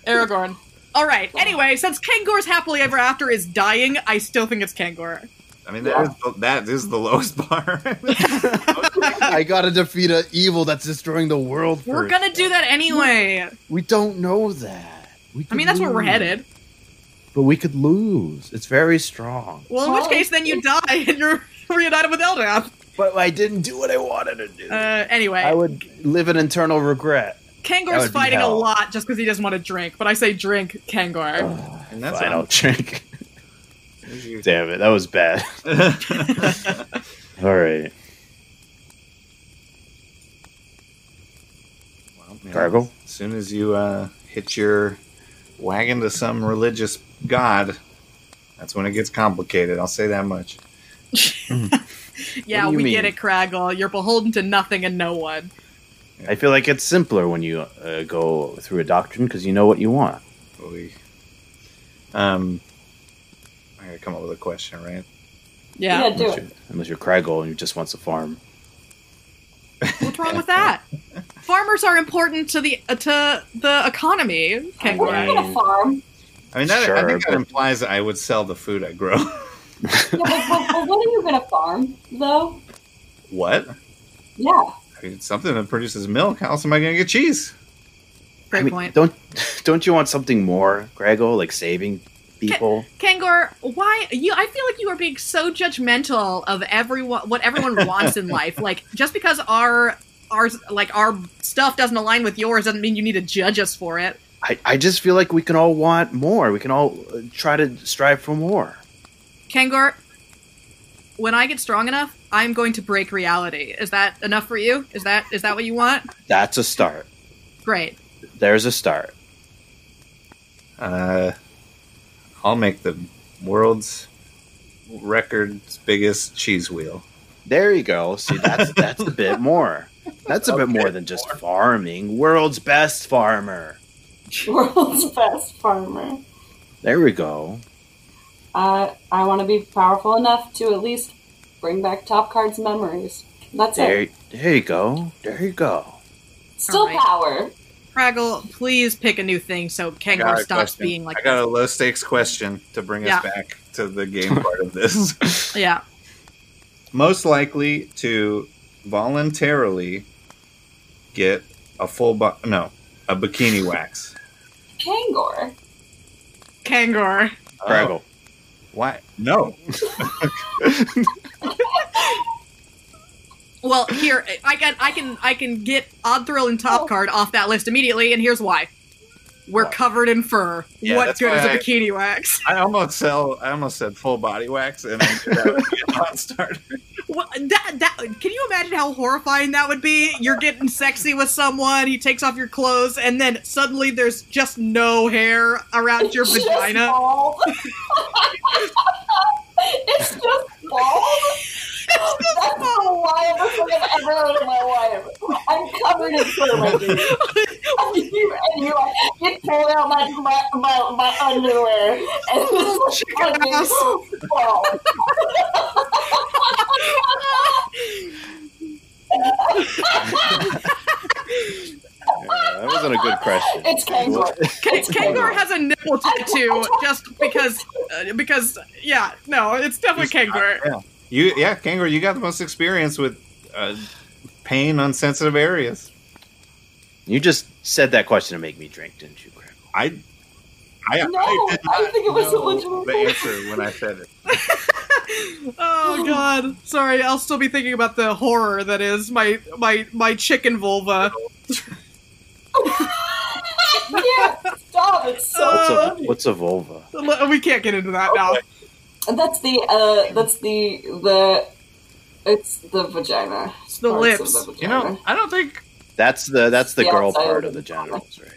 B: Aragorn. All right. Anyway, since Kangor's happily ever after is dying, I still think it's Kangor.
C: I mean, that is the, that is the lowest bar. [laughs]
F: I gotta defeat an evil that's destroying the world.
B: we We're
F: first.
B: gonna do that anyway.
F: We don't know that. We
B: I
F: could
B: mean, that's where we're
F: lose.
B: headed.
F: But we could lose. It's very strong.
B: Well, in which case, then you die and you're [laughs] reunited with Eldath.
D: But I didn't do what I wanted to do.
B: Uh,
D: I
B: anyway,
D: would live in internal regret. that would
B: Kangor's
D: be
B: fighting a
D: hell.
B: lot just because he doesn't want to drink. But I say drink Kangor.
C: and that's
D: if I [laughs] don't drink.
C: all. [laughs]
D: Damn it, that was bad. [laughs] All right,
C: Well, you know,
D: Gargle?
C: As soon as you uh, hit your wagon to some religious god, that's when it gets complicated. I'll say that much.
B: Yeah,
D: What do
B: we
D: you
B: get
D: mean?
B: it, Craggle. You're beholden to nothing and no one.
D: I feel like it's simpler when you uh, go through a doctrine because you know what you want.
C: But we, um, I gotta come up with a question, right?
B: Yeah.
E: Yeah, do
D: Unless
E: it.
D: you're, unless you're Craggle and you just wants a farm.
B: What's wrong with that? Farmers are important to the uh, to the economy.
E: We're
B: Kangor.
D: Right.
E: gonna farm.
C: I mean, that, I
D: Sure,
C: think that
D: but-
C: implies I would sell the food I grow. [laughs]
E: Yeah, but, but, but what are you gonna farm though?
C: what?
E: Yeah, [laughs]
C: I mean, something that produces milk. How else am I going to get cheese?
B: Great
D: I mean,
B: point.
D: Don't [laughs] don't you want something more, Grego? Like saving people?
B: Kangor, why you? I feel like you are being so judgmental of everyone, what everyone wants in
D: [laughs]
B: life. Like just because our ours, like our stuff doesn't align with yours, doesn't mean you need to judge us for it.
D: I, I just feel like we can all want more. We can all uh, try to strive for more.
B: Kangor, when I get strong enough, I'm going to break reality. Is that enough for you? Is that is that what you want?
D: That's a start.
B: Great.
D: There's a start.
C: Uh, I'll make the world's record's biggest cheese wheel.
D: There you go. See, that's that's a bit more. That's a bit more than just farming. World's best farmer.
E: world's best farmer.
D: There we go.
E: Uh, I want to be powerful enough to at least bring back Top Card's memories. That's
D: There,
E: it.
D: there you go. There you go.
E: Still
B: Alright.
E: power.
B: Craggle, please pick a new thing so
C: I got
B: Kangor
C: a
B: stops
C: question.
B: being like.
C: I got a low stakes question to bring
B: Yeah.
C: us back to the game [laughs] part of this.
B: Yeah.
C: Most likely to voluntarily get a full bo- no a bikini wax.
E: Kangor.
B: Kangor.
C: Oh,
D: Grego.
C: why? No.
B: Well, here I can I can I can get Odd Thrill and Top Card off that list immediately, and here's why: we're covered in fur.
C: Yeah,
B: what
C: that's
B: good is a
C: why I-
B: bikini wax?
C: I almost sell. I almost said full body wax, and I knew that would be a non-starter.
B: What, that that can you imagine how horrifying that would be? You're getting sexy with someone, he takes off your clothes, and then suddenly there's just no hair around your
E: It's just
B: vagina.
E: bald. [laughs] it's just bald. That's the wildest thing I've ever heard in my life. I'm covered in fur, my dude. And you, and you, like, you pull out my, my, my, my underwear, and [laughs] it's
B: Chicken house.
E: fucking bald.
D: Yeah, that wasn't a good question.
E: It's Kangor.
B: K- Kangor has a nipple tattoo just because uh, because yeah no it's definitely
C: He's-
B: Kangor.
C: You, yeah, Kangaroo, you got the most experience with uh, pain on sensitive areas.
D: You just said that question to make me drink, didn't you, Grego?
C: I, I,
E: No,
C: [laughs] I did
E: I
C: not
E: think it was a
C: know
E: legitimate
C: the answer when I said it.
B: Oh god. Sorry, I'll still be thinking about the horror that is my my my chicken vulva.
E: [laughs] I can't stop. It's so
D: [laughs] What's a,
E: funny.
D: what's a vulva?
B: L- We can't get into that now.
E: And that's the uh, that's the the it's the vagina.
B: It's the
E: Parts of
B: lips.
E: the
C: You
E: vagina.
C: know, I don't think
D: That's the that's the
E: Yeah,
D: girl
E: so-
D: part of the genitals, right?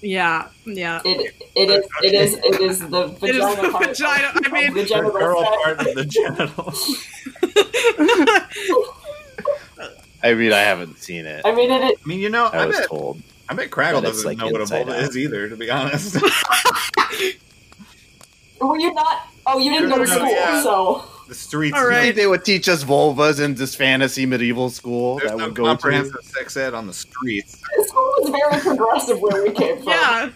B: Yeah, yeah.
E: it it
C: [laughs]
E: is it is it is the
B: [laughs] It
E: vagina
B: is the
E: part.
B: vagina. I mean, [laughs]
E: the
C: the
E: genital
C: girl
E: sex.
C: part of the [laughs] genitals.
D: I mean, I haven't seen it.
E: I mean, it is.
C: I mean, you know,
D: I
C: I,
D: was
C: bet,
D: told.
C: I bet Craggle
D: that it's
C: doesn't
D: like
C: know what a
D: inside
C: vulva
D: out.
C: is either, to be honest. [laughs]
E: Were you not? Oh, you didn't go to
C: No,
E: school,
C: yeah.
E: so
C: the streets.
B: All
F: You
B: right.
F: think they would teach us vulvas in this fantasy medieval school
C: There's
F: that
C: no
F: would go
C: comprehensive
F: to?
C: sex ed on the streets.
E: school was very progressive where we came from.
B: yeah.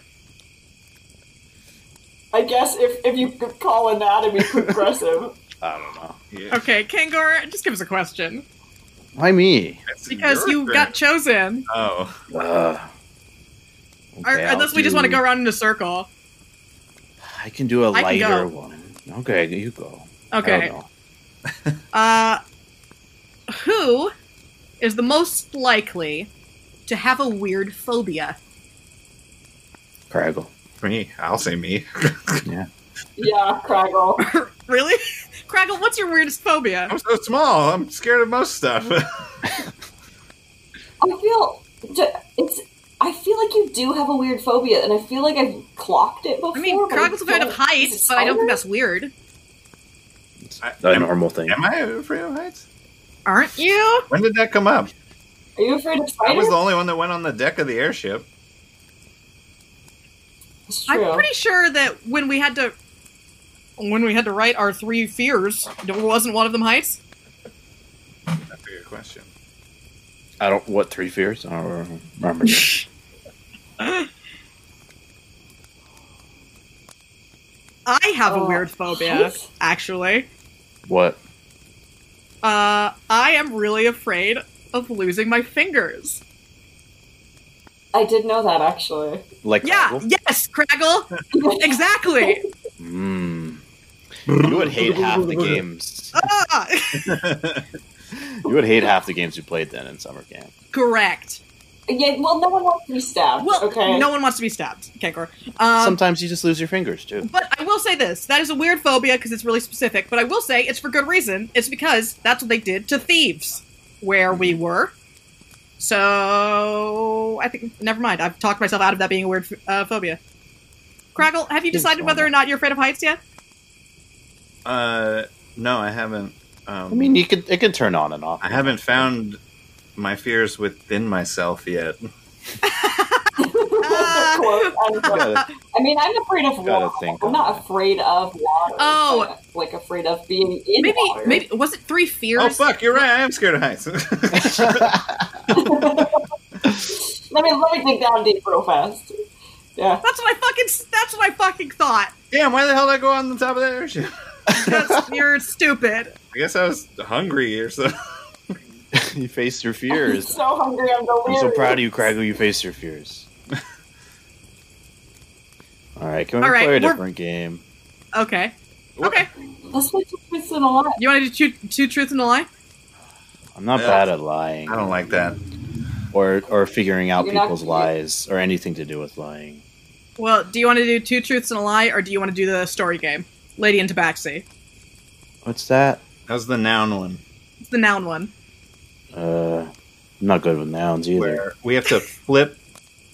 E: I guess if if you could call anatomy
C: [laughs]
E: progressive,
D: I don't know.
C: Yeah,
B: Okay, Kangor, just give us a question
D: Why me?
C: that's
B: because
C: your
B: you
C: turn.
B: got chosen.
C: Oh,
D: Uh,
B: Or,
D: okay, I'll
B: unless we just want to
D: do-
B: go around in a circle.
D: I can do a
B: I can go.
D: lighter one. Okay, you go. I don't
B: Okay.
D: know.
B: Uh who is the most likely to have a weird phobia? [laughs]
D: Craggle.
C: me. I'll say me.
E: yeah, Craggle.
B: really? Craggle, what's your weirdest phobia?
C: I'm so small. I'm scared of most stuff.
E: I feel d- it's. I feel like you do have a weird phobia, and I feel like I've clocked it before.
B: I mean,
E: but I
B: Crag's afraid of
E: don't-
B: heights,
E: is it
B: but I don't think
E: spider?
B: that's weird.
C: I-
D: A
C: am,
D: normal
C: [laughs]
D: thing.
C: am I afraid of heights?
B: Aren't you?
C: When did that come up?
E: Are you afraid of
C: I was
E: spiders?
C: the only one that went on the deck of the airship.
E: It's true.
B: I'm pretty sure that when we had to when we had to write our three fears, there wasn't one of them heights.
C: That's a good question.
D: I don't. What three fears? I don't remember.
B: I have a
E: Oh.
B: weird phobia, actually.
D: What?
B: Uh, I am really afraid of losing my fingers.
E: I did know that actually.
D: Like
B: Yeah,
D: Craggle?
B: yes, Craggle. exactly.
D: Mm. You would hate half the games.
B: Ah,
D: You would hate half the games you played then in summer camp.
B: correct.
E: Yeah, well, no one wants to be stabbed.
B: Well,
E: okay.
B: no one wants to be stabbed. Okay, Cor. Um,
D: Sometimes you just lose your fingers too.
B: but I will say this: that is a weird phobia because it's really specific. But I will say it's for good reason. It's because that's what they did to thieves where
D: Mm-hmm.
B: we were. So I think never mind. I've talked myself out of that being a weird uh, phobia. Craggle, have you
D: It's
B: decided whether or not you're afraid of heights
D: [laughs]
B: yet?
C: Uh, no, I haven't. Um,
D: I mean, you could it could turn on and off. [laughs]
C: I haven't found my fears within myself [laughs] yet.
B: [laughs] Ah.
E: Quote, unquote.
D: Gotta-
E: I mean, I'm afraid of
D: Gotta
E: water.
D: think
E: I'm
D: on
E: not
D: that.
E: afraid of water.
B: Oh.
E: I'm, like afraid of being in
B: Maybe,
E: water.
B: maybe was it three fears?
C: Oh fuck, you're right. I am scared of heights. [laughs]
E: Let me let me dig down deep real fast. Yeah.
B: That's what I fucking. That's what I fucking thought.
C: Damn, why the hell did I go on the top of that airship? [laughs]
B: Because you're stupid.
C: I guess I was hungry or [laughs] something.
D: you face your
E: [laughs] I'm
D: fears.
E: so hungry. I'm
D: I'm
E: delirious.
D: so proud of you, Craggle. You face
B: [laughs]
D: your fears. All right, can we
B: All right,
D: play
B: we're-
D: a different game?
B: Okay.
C: What?
B: Okay.
E: Let's play two truths and a lie.
B: You want to do two, two truths and a lie?
D: I'm not
C: Yeah.
D: bad at lying,
C: I don't like that.
D: or or figuring out
E: You're not-
D: people's lies, or anything to do with lying.
B: Well, do you want to do two truths and a lie, or do you want to do the story game, Lady in Tabaxi?
D: What's that?
C: That was the noun one
B: It's the noun one.
D: Uh, I'm not good with nouns either.
C: where we have to flip.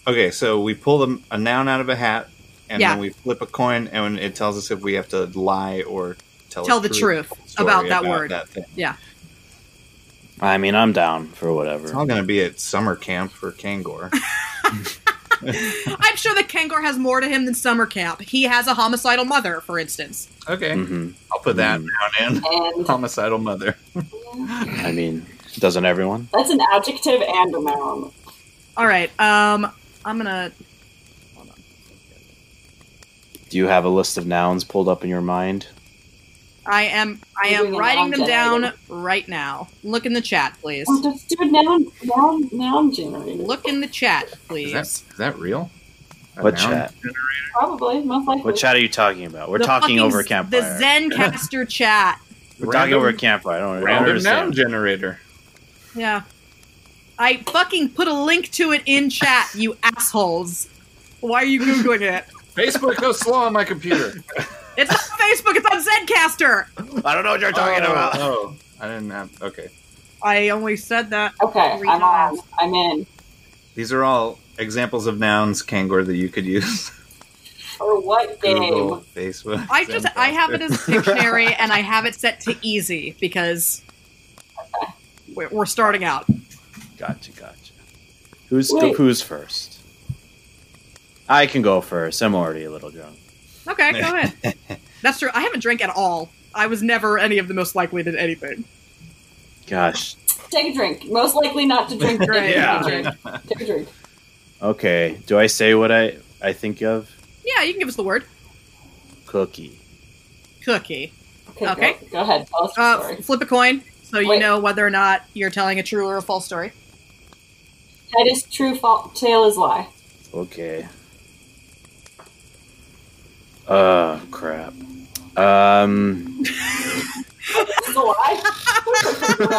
C: Okay, so we pull the, a noun out of a hat, and
B: Yeah.
C: then we flip a coin, and it tells us if we have to lie or tell, a
B: Tell the truth
C: story
B: about that word.
C: that thing.
D: I mean, I'm down for
C: It's
D: whatever.
C: all going to be at summer camp
B: [laughs]
C: for Kangor.
B: I'm sure that Kangor has more to him than summer camp. He has a homicidal mother, for instance.
C: okay,
D: hmm
C: I'll put that
D: Mm.
B: [laughs]
C: noun in.
E: And
C: Homicidal mother.
D: I mean, doesn't everyone?
E: that's an adjective and a noun.
B: All right. Um, I'm gonna.
D: Do you have a list of nouns pulled up in your mind?
B: I am. I
E: You're
B: am
E: doing a
B: writing
E: noun
B: them down
E: generator.
B: right now. Look in the chat, please.
E: Oh, just do a noun, noun, noun generator.
B: Look in the chat,
C: Is
B: please.
C: that, is that real? A
D: What
C: noun?
D: chat?
E: Probably, most likely.
D: What chat are you talking about? We're
B: The
D: talking
B: fucking-
D: over a
B: The
D: campfire.
B: Zencaster
D: [laughs]
B: chat.
D: We're talking
C: Random-
D: over a campfire. I don't, I don't
C: Random noun
D: understand.
C: generator.
B: Yeah. I fucking put a link to it in chat, you assholes. Why are you googling it?
C: Facebook goes slow on my
D: [laughs]
C: computer.
B: It's on Facebook. It's on Zedcaster.
D: I don't know what you're talking
C: Oh,
D: about. [laughs]
C: Oh, I didn't have. Okay.
B: I only said that.
E: Okay,
B: Three
E: I'm on.
B: nouns.
E: I'm in.
C: These are all examples of nouns, Kangor, that you could use. [laughs]
E: Or what game?
C: Google, Facebook.
B: I just I have it as a dictionary, and I have it set to easy because we're, we're starting out.
D: Gotcha, gotcha. Who's
E: Wait.
D: who's first? I can go first. I'm already a little drunk.
B: Okay, go ahead.
D: [laughs]
B: That's true. I haven't drank at all. I was never any of the most likely to anything.
D: Gosh.
E: Take a drink. Most likely not
B: [laughs]
E: to drink. Take a
B: Yeah.
E: drink. Take a drink.
D: Okay. Do I say what I I think of?
B: Yeah, you can give us the word
D: Cookie.
B: cookie.
E: Okay.
B: Okay.
E: Go, go ahead. Tell us your
B: Uh,
E: story.
B: f- flip a coin so you
E: Wait.
B: know whether or not you're telling a true or a false story.
E: Head is true. Fault. Tail is lie.
D: Okay. Oh crap. Um.
E: It's a lie.
B: Go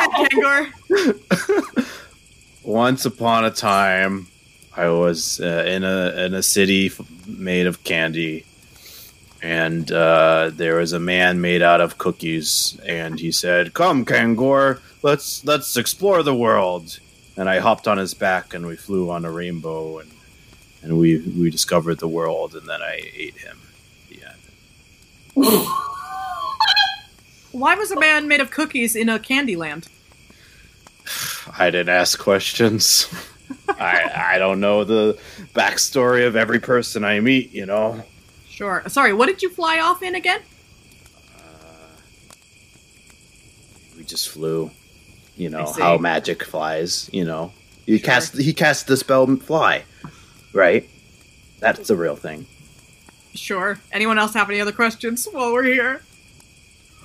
B: ahead, Kangor.
D: Once upon a time, I was uh, in a in a city f- made of candy, and uh, there was a man made out of cookies, and he said, "Come, Kangor, let's let's explore the world." And I hopped on his back, and we flew on a rainbow, and and we we discovered the world, and then I ate him. Yeah,
B: Why was a man made of cookies in a candy land?
D: [sighs] I didn't ask questions. [laughs] I I don't know the backstory of every person I meet, you know.
B: Sure. Sorry, what did you fly off in again?
D: we just flew. You know
B: see.
D: how magic flies. You know, you
B: Sure.
D: cast he cast the spell fly, right? That's the real thing.
B: Sure. Anyone else have any other questions while we're here?
C: [laughs]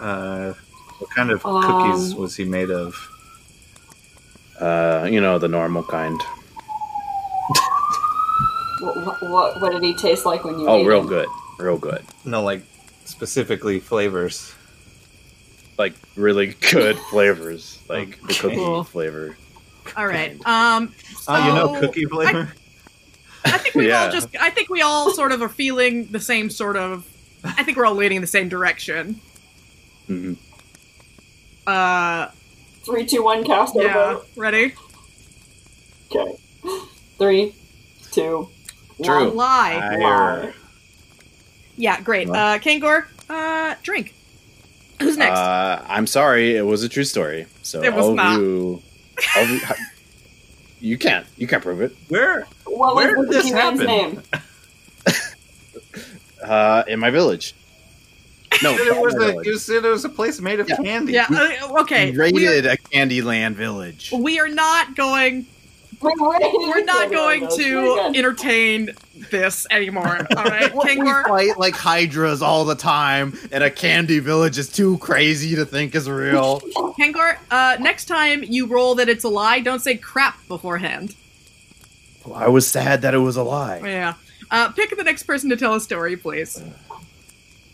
C: Uh, what kind of
E: Um,
C: cookies was he made of?
D: Uh, you know, the normal kind.
E: What, what, what did he taste like when you
D: Oh,
E: ate
D: real
E: him?
D: good. Real good.
C: No, like specifically flavors.
D: Like, really
B: [laughs]
D: good flavors. Like, the cookie
B: Cool.
D: flavor.
B: All right. Um.
C: oh, you know
B: so
C: cookie flavor?
B: I think we
C: [laughs]
D: Yeah.
B: all just. I think we all sort of are feeling the same sort of. I think we're all leaning in the same direction.
D: Mhm.
B: Uh.
E: Three, two, one, cast over.
B: Yeah. Ready?
E: Okay. Three, two,
D: Drew.
B: One lie.
D: Higher.
B: Yeah. Great. Uh. Kangor. Uh. Drink. Who's next?
D: Uh, I'm sorry, it was a true story. So
B: It was
D: all of
B: not.
D: you, all of you, you can't, you can't prove it.
C: Where?
E: What
C: Where
E: was
C: did
E: the
C: this
E: cookie man's
C: happen?
E: name?
D: Uh, in
B: [laughs]
D: my village. No,
C: It was
D: not my
C: a,
D: village.
C: you said it was a place made of
D: Yeah.
C: candy.
B: yeah. uh, okay.
F: We
B: we are-
F: raided a Candyland village.
B: we are not going
E: Wait, wait,
B: we're not going to
E: Very good.
B: entertain this
F: [laughs]
B: anymore. All right,
F: What, we
B: Kangor.
F: fight like hydras all the time, and a candy village is too crazy to think is real.
B: Kangor. Uh, next time you roll that it's a lie, don't say crap beforehand.
F: I was sad that it was a lie.
B: Yeah. Uh, pick the next person to tell a story, please.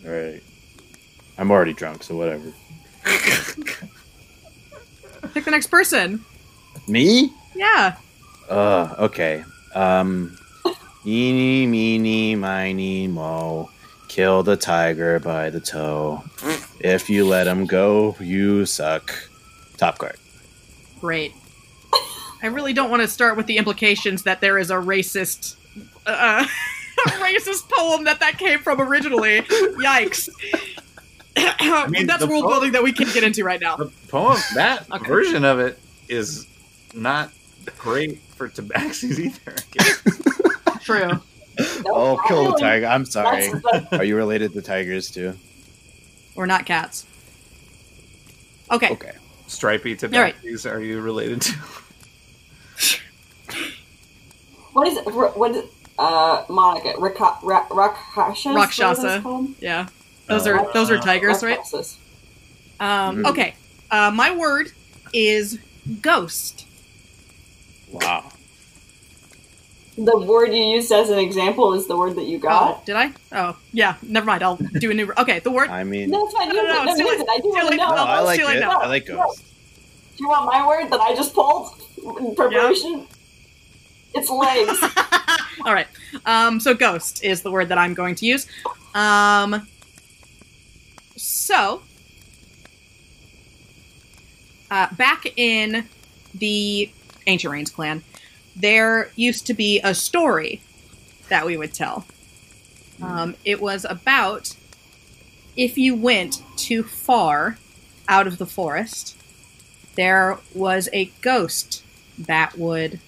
D: All right. I'm already drunk, so whatever.
B: Pick the next person.
D: Me?
B: Yeah.
D: Uh, okay. Um, eeny, meeny, miny, mo. Kill the tiger by the toe. If you let him go, you suck. Top card.
B: Great. I really don't want to start with the implications that there is a racist. Uh, [laughs] a racist poem that that came from originally. Yikes. [clears throat]
C: mean,
B: That's
C: the
B: world
C: poem-
B: building that we can't get into right now.
C: [laughs] The poem, Uh, that
B: [laughs] Okay.
C: version of it is not great for
B: [laughs]
C: tabaxis either.
B: True.
E: No,
D: Oh,
E: not
D: kill the
E: really.
D: tiger. I'm sorry.
E: That's- that's-
D: Are you related to tigers too?
B: We're not cats. Okay.
D: Okay.
C: Stripey
B: right.
C: tabaxis, are you related to?
E: what is it? Ro- What is uh, Monica? Raka- Ra- Rakshasa?
B: Rakshasa. Yeah. Those are those are tigers, right?
E: Rakshasas.
B: Um,
D: Mhm.
B: okay. Uh, my word is ghost.
D: Wow.
E: The word you used as an example is the word that you
B: Oh,
E: got.
B: did I? Oh, yeah. Never mind. I'll do a new. Okay. The word.
D: I mean,
E: No, it's fine. You
B: No, no,
E: don't
B: no, it's too
E: use
B: late.
E: it. I do
B: Too
E: want to
B: late.
E: know.
D: no,
B: I'll
D: I like
B: steal it
D: it.
B: now.
D: I like ghosts.
E: Do you want my word that I just pulled in preparation? It's legs.
B: [laughs] All right. Um, so ghost is the word that I'm going to use. Um, so uh, back in the ancient rains clan, there used to be a story that we would tell. Um, it was about if you went too far out of the forest, there was a ghost that would,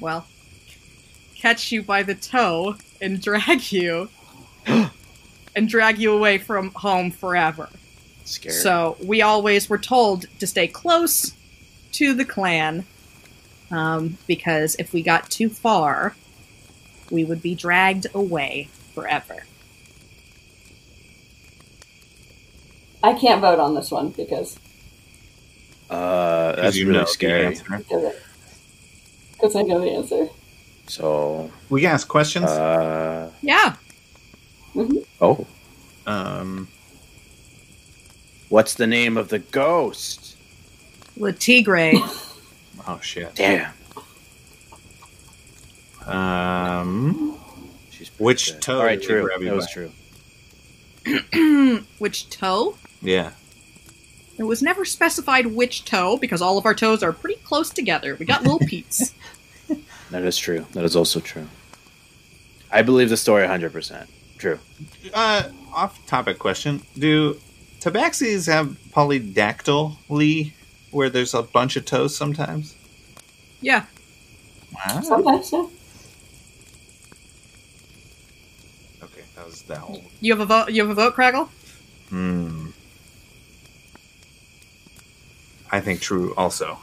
B: well, catch you by the toe and drag you and drag you away from home forever.
D: Scared.
B: So we always were told to stay close to the clan um, because if we got too far, we would be dragged away forever.
E: I can't vote on this one because
D: uh, that's
C: You know
D: really
C: the
D: scary.
C: answer.
E: because it- because I know the answer.
D: So,
C: We can ask questions.
D: uh,
B: Yeah.
D: oh,
C: um,
D: what's the name of the ghost?
B: Latigre.
C: oh shit.
D: Damn.
C: Um,
D: She's pretty
C: Which
D: good.
C: toe
D: All right,
C: did
D: true.
C: grab you
D: That was
C: by?
D: true.
B: [clears throat] which toe?
C: yeah.
B: It was never specified which toe because all of our toes are pretty close together. We got little peats.
D: That is true. That is also true. I believe the story 100%. True.
C: Uh, off topic question: Do tabaxis have polydactyly, where there's a bunch of toes sometimes?
B: yeah.
C: Wow.
E: Sometimes, yeah.
C: Okay, that was that whole.
B: You have a vote. You have a vote, Craggle.
C: Hmm. I think true. Also,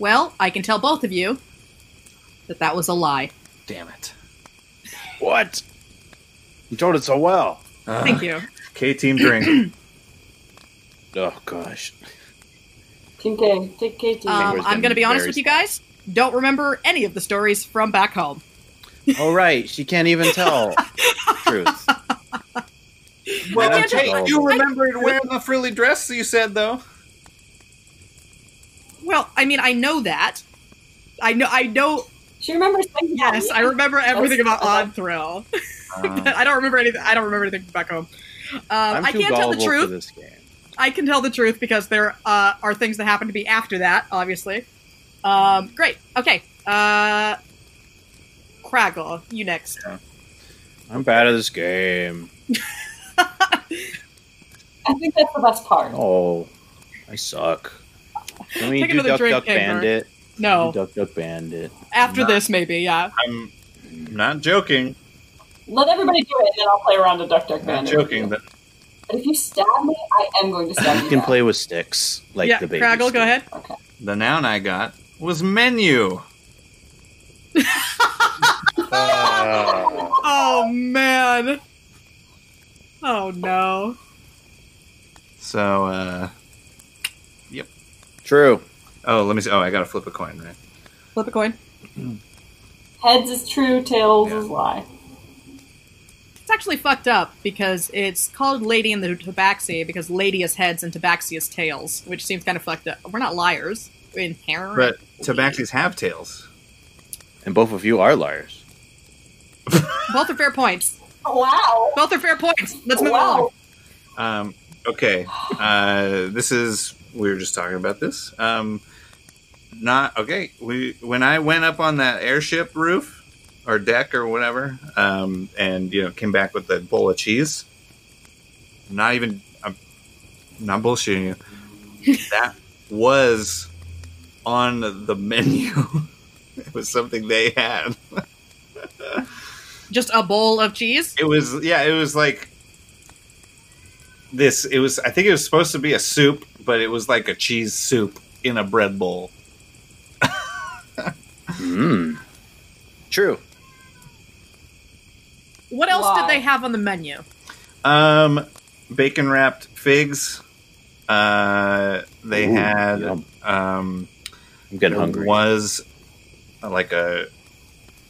B: Well, I can tell both of you that that was a lie.
C: damn it.
D: What? You told it so well.
B: Thank
D: [laughs]
B: you.
C: K team drink.
D: Oh gosh.
E: Team K, take K team.
B: Um,
D: was
B: I'm going to
D: gonna
B: be honest
D: very
B: with you guys. Don't remember any of the stories from back home.
D: All right, she can't
B: [laughs]
D: even tell truth.
C: well,
D: I can't
C: Jake,
D: tell.
C: you remembered wearing the frilly dress you said though.
B: Well, I mean, I know that. I know. I know.
E: she remembers things. about
B: Yes,
E: me.
B: I remember everything about
E: Uh-huh.
B: Odd Thrill. [laughs]
C: Uh,
B: But I don't remember anything. I don't remember anything from back home. Um,
D: I'm
B: I
D: too
B: can't tell the
D: gullible for
B: truth.
D: this game.
B: I can tell the truth because there uh, are things that happen to me after that, obviously. Um, great. Okay. Uh, Craggle, you next.
D: I'm bad at this game.
E: I think that's the best part.
D: Oh, I suck. Can we
B: Take
D: do
B: another
D: Duck
B: drink,
D: Duck
B: Egbert.
D: Bandit?
B: No,
D: Do Duck Duck [laughs] Bandit.
B: after this, maybe. Yeah.
C: I'm not joking.
E: Let everybody do it, and then I'll play around a Duck Duck
C: Not
E: Bandit.
C: joking. That
E: But if you stab me, I am going to stab you.
D: You can
E: back.
D: play with sticks, like
B: yeah.
D: the baby.
B: Craggle,
D: stick.
B: go ahead.
E: Okay.
C: the noun I got was menu.
D: Ah.
B: Oh man. Oh no.
C: So, uh,
D: true.
C: oh, let me see. Oh, I gotta flip a coin, right?
B: Flip a coin.
E: Heads is true, tails
C: Yeah.
E: is lie.
B: It's actually fucked up because it's called Lady in the Tabaxi because Lady is heads and Tabaxi is tails, which seems kind of fucked up. We're not liars. We're inherent.
C: But tabaxis have tails.
D: And both of you are liars.
B: Both are fair points.
E: Wow.
B: Both are fair points. Let's move
E: wow.
B: on.
C: Um, okay. Uh, this is we were just talking about this. Um, not okay. We when I went up on that airship roof or deck or whatever, um, and you know came back with a bowl of cheese. Not even I'm not bullshitting you. That was on the menu. [laughs] it was something they had.
B: Just a bowl of cheese.
C: It was yeah, it was like this it was I think it was supposed to be a soup, but it was like a cheese soup in a bread bowl.
D: Hmm. True.
B: What else
E: Wow.
B: did they have on the menu?
C: Um bacon wrapped figs. Uh they
D: Ooh,
C: had
D: yum.
C: um
D: I'm getting
C: there
D: hungry.
C: was uh, like a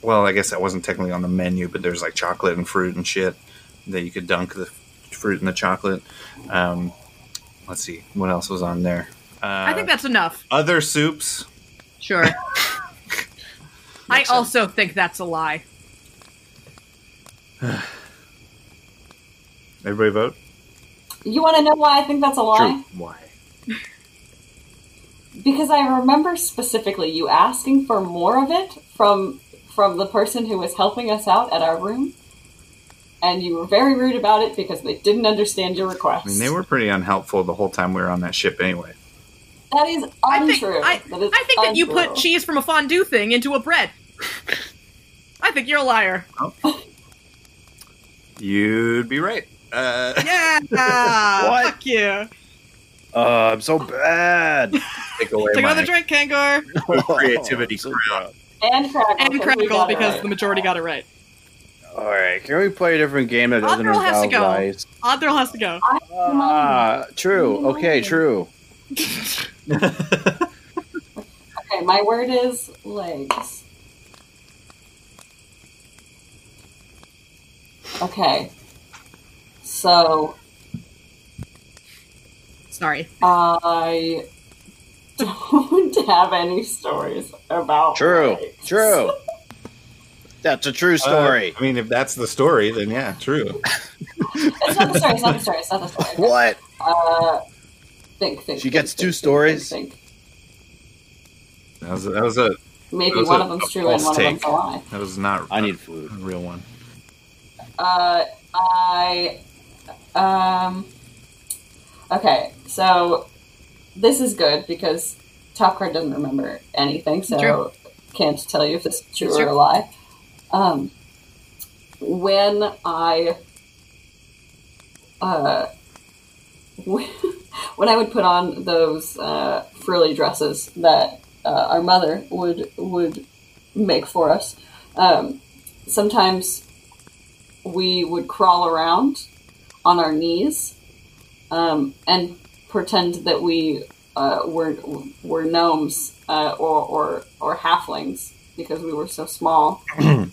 C: well, I guess that wasn't technically on the menu, but there's like chocolate and fruit and shit that you could dunk the fruit in the chocolate. Um let's see what else was on there. Uh,
B: I think that's enough.
C: other soups
D: [laughs]
B: Sure. I also think that's a lie.
C: Everybody vote.
E: You want to know why I think that's a lie?
C: Why?
E: Because I remember specifically you asking for more of it from from the person who was helping us out at our room, and you were very rude about it because they didn't understand your request.
C: I mean, they were pretty unhelpful the whole time we were on that ship, anyway.
E: That is untrue.
B: I think I,
E: that is
B: I think that you put
E: untrue.
B: cheese from a fondue thing into a bread. I think you're a liar.
C: You'd be right. Uh,
B: Yeah.
D: What?
B: Fuck you.
D: Uh, I'm so [laughs] bad.
C: [laughs] take away
B: Take another
C: my
B: drink, [laughs] Kangor.
C: creativity
D: So
C: crown.
E: and Craggle
B: And
E: because we
B: Crackle
E: got it
B: because
E: right.
B: the majority got it right.
D: All right, can we play a different game that doesn't
B: Other has to
D: involve
B: go.
D: lies?
B: Oddthrill has to go.
D: Ah, true. Okay, true.
E: Okay, my word is legs. Okay. So
B: Sorry.
E: I don't [laughs] have any stories about
D: True.
E: legs.
D: True. That's a true story.
C: Uh, I mean, if that's the story, then yeah, true.
E: It's not the story. It's not the story. It's not the story.
D: what?
E: Uh, think, think.
D: She
E: think,
D: gets
E: think,
D: two
E: think,
D: stories?
E: Think, think.
C: That was that was a
E: Maybe
C: Those
E: one
C: are
E: of
C: a
E: them's true and
C: false
E: one of them's
C: take.
E: a lie.
C: that was not.
D: I need
C: a
D: food.
C: real one.
E: Uh, I, um, okay, so this is good because Top Card doesn't remember anything, so
B: True.
E: can't tell you if this is true
B: Sure.
E: or a lie. Um, when I, uh, [laughs] when, I would put on those uh, frilly dresses that uh, our mother would would make for us, um, sometimes we would crawl around on our knees um, and pretend that we uh, were were gnomes uh, or, or or halflings because we were so small.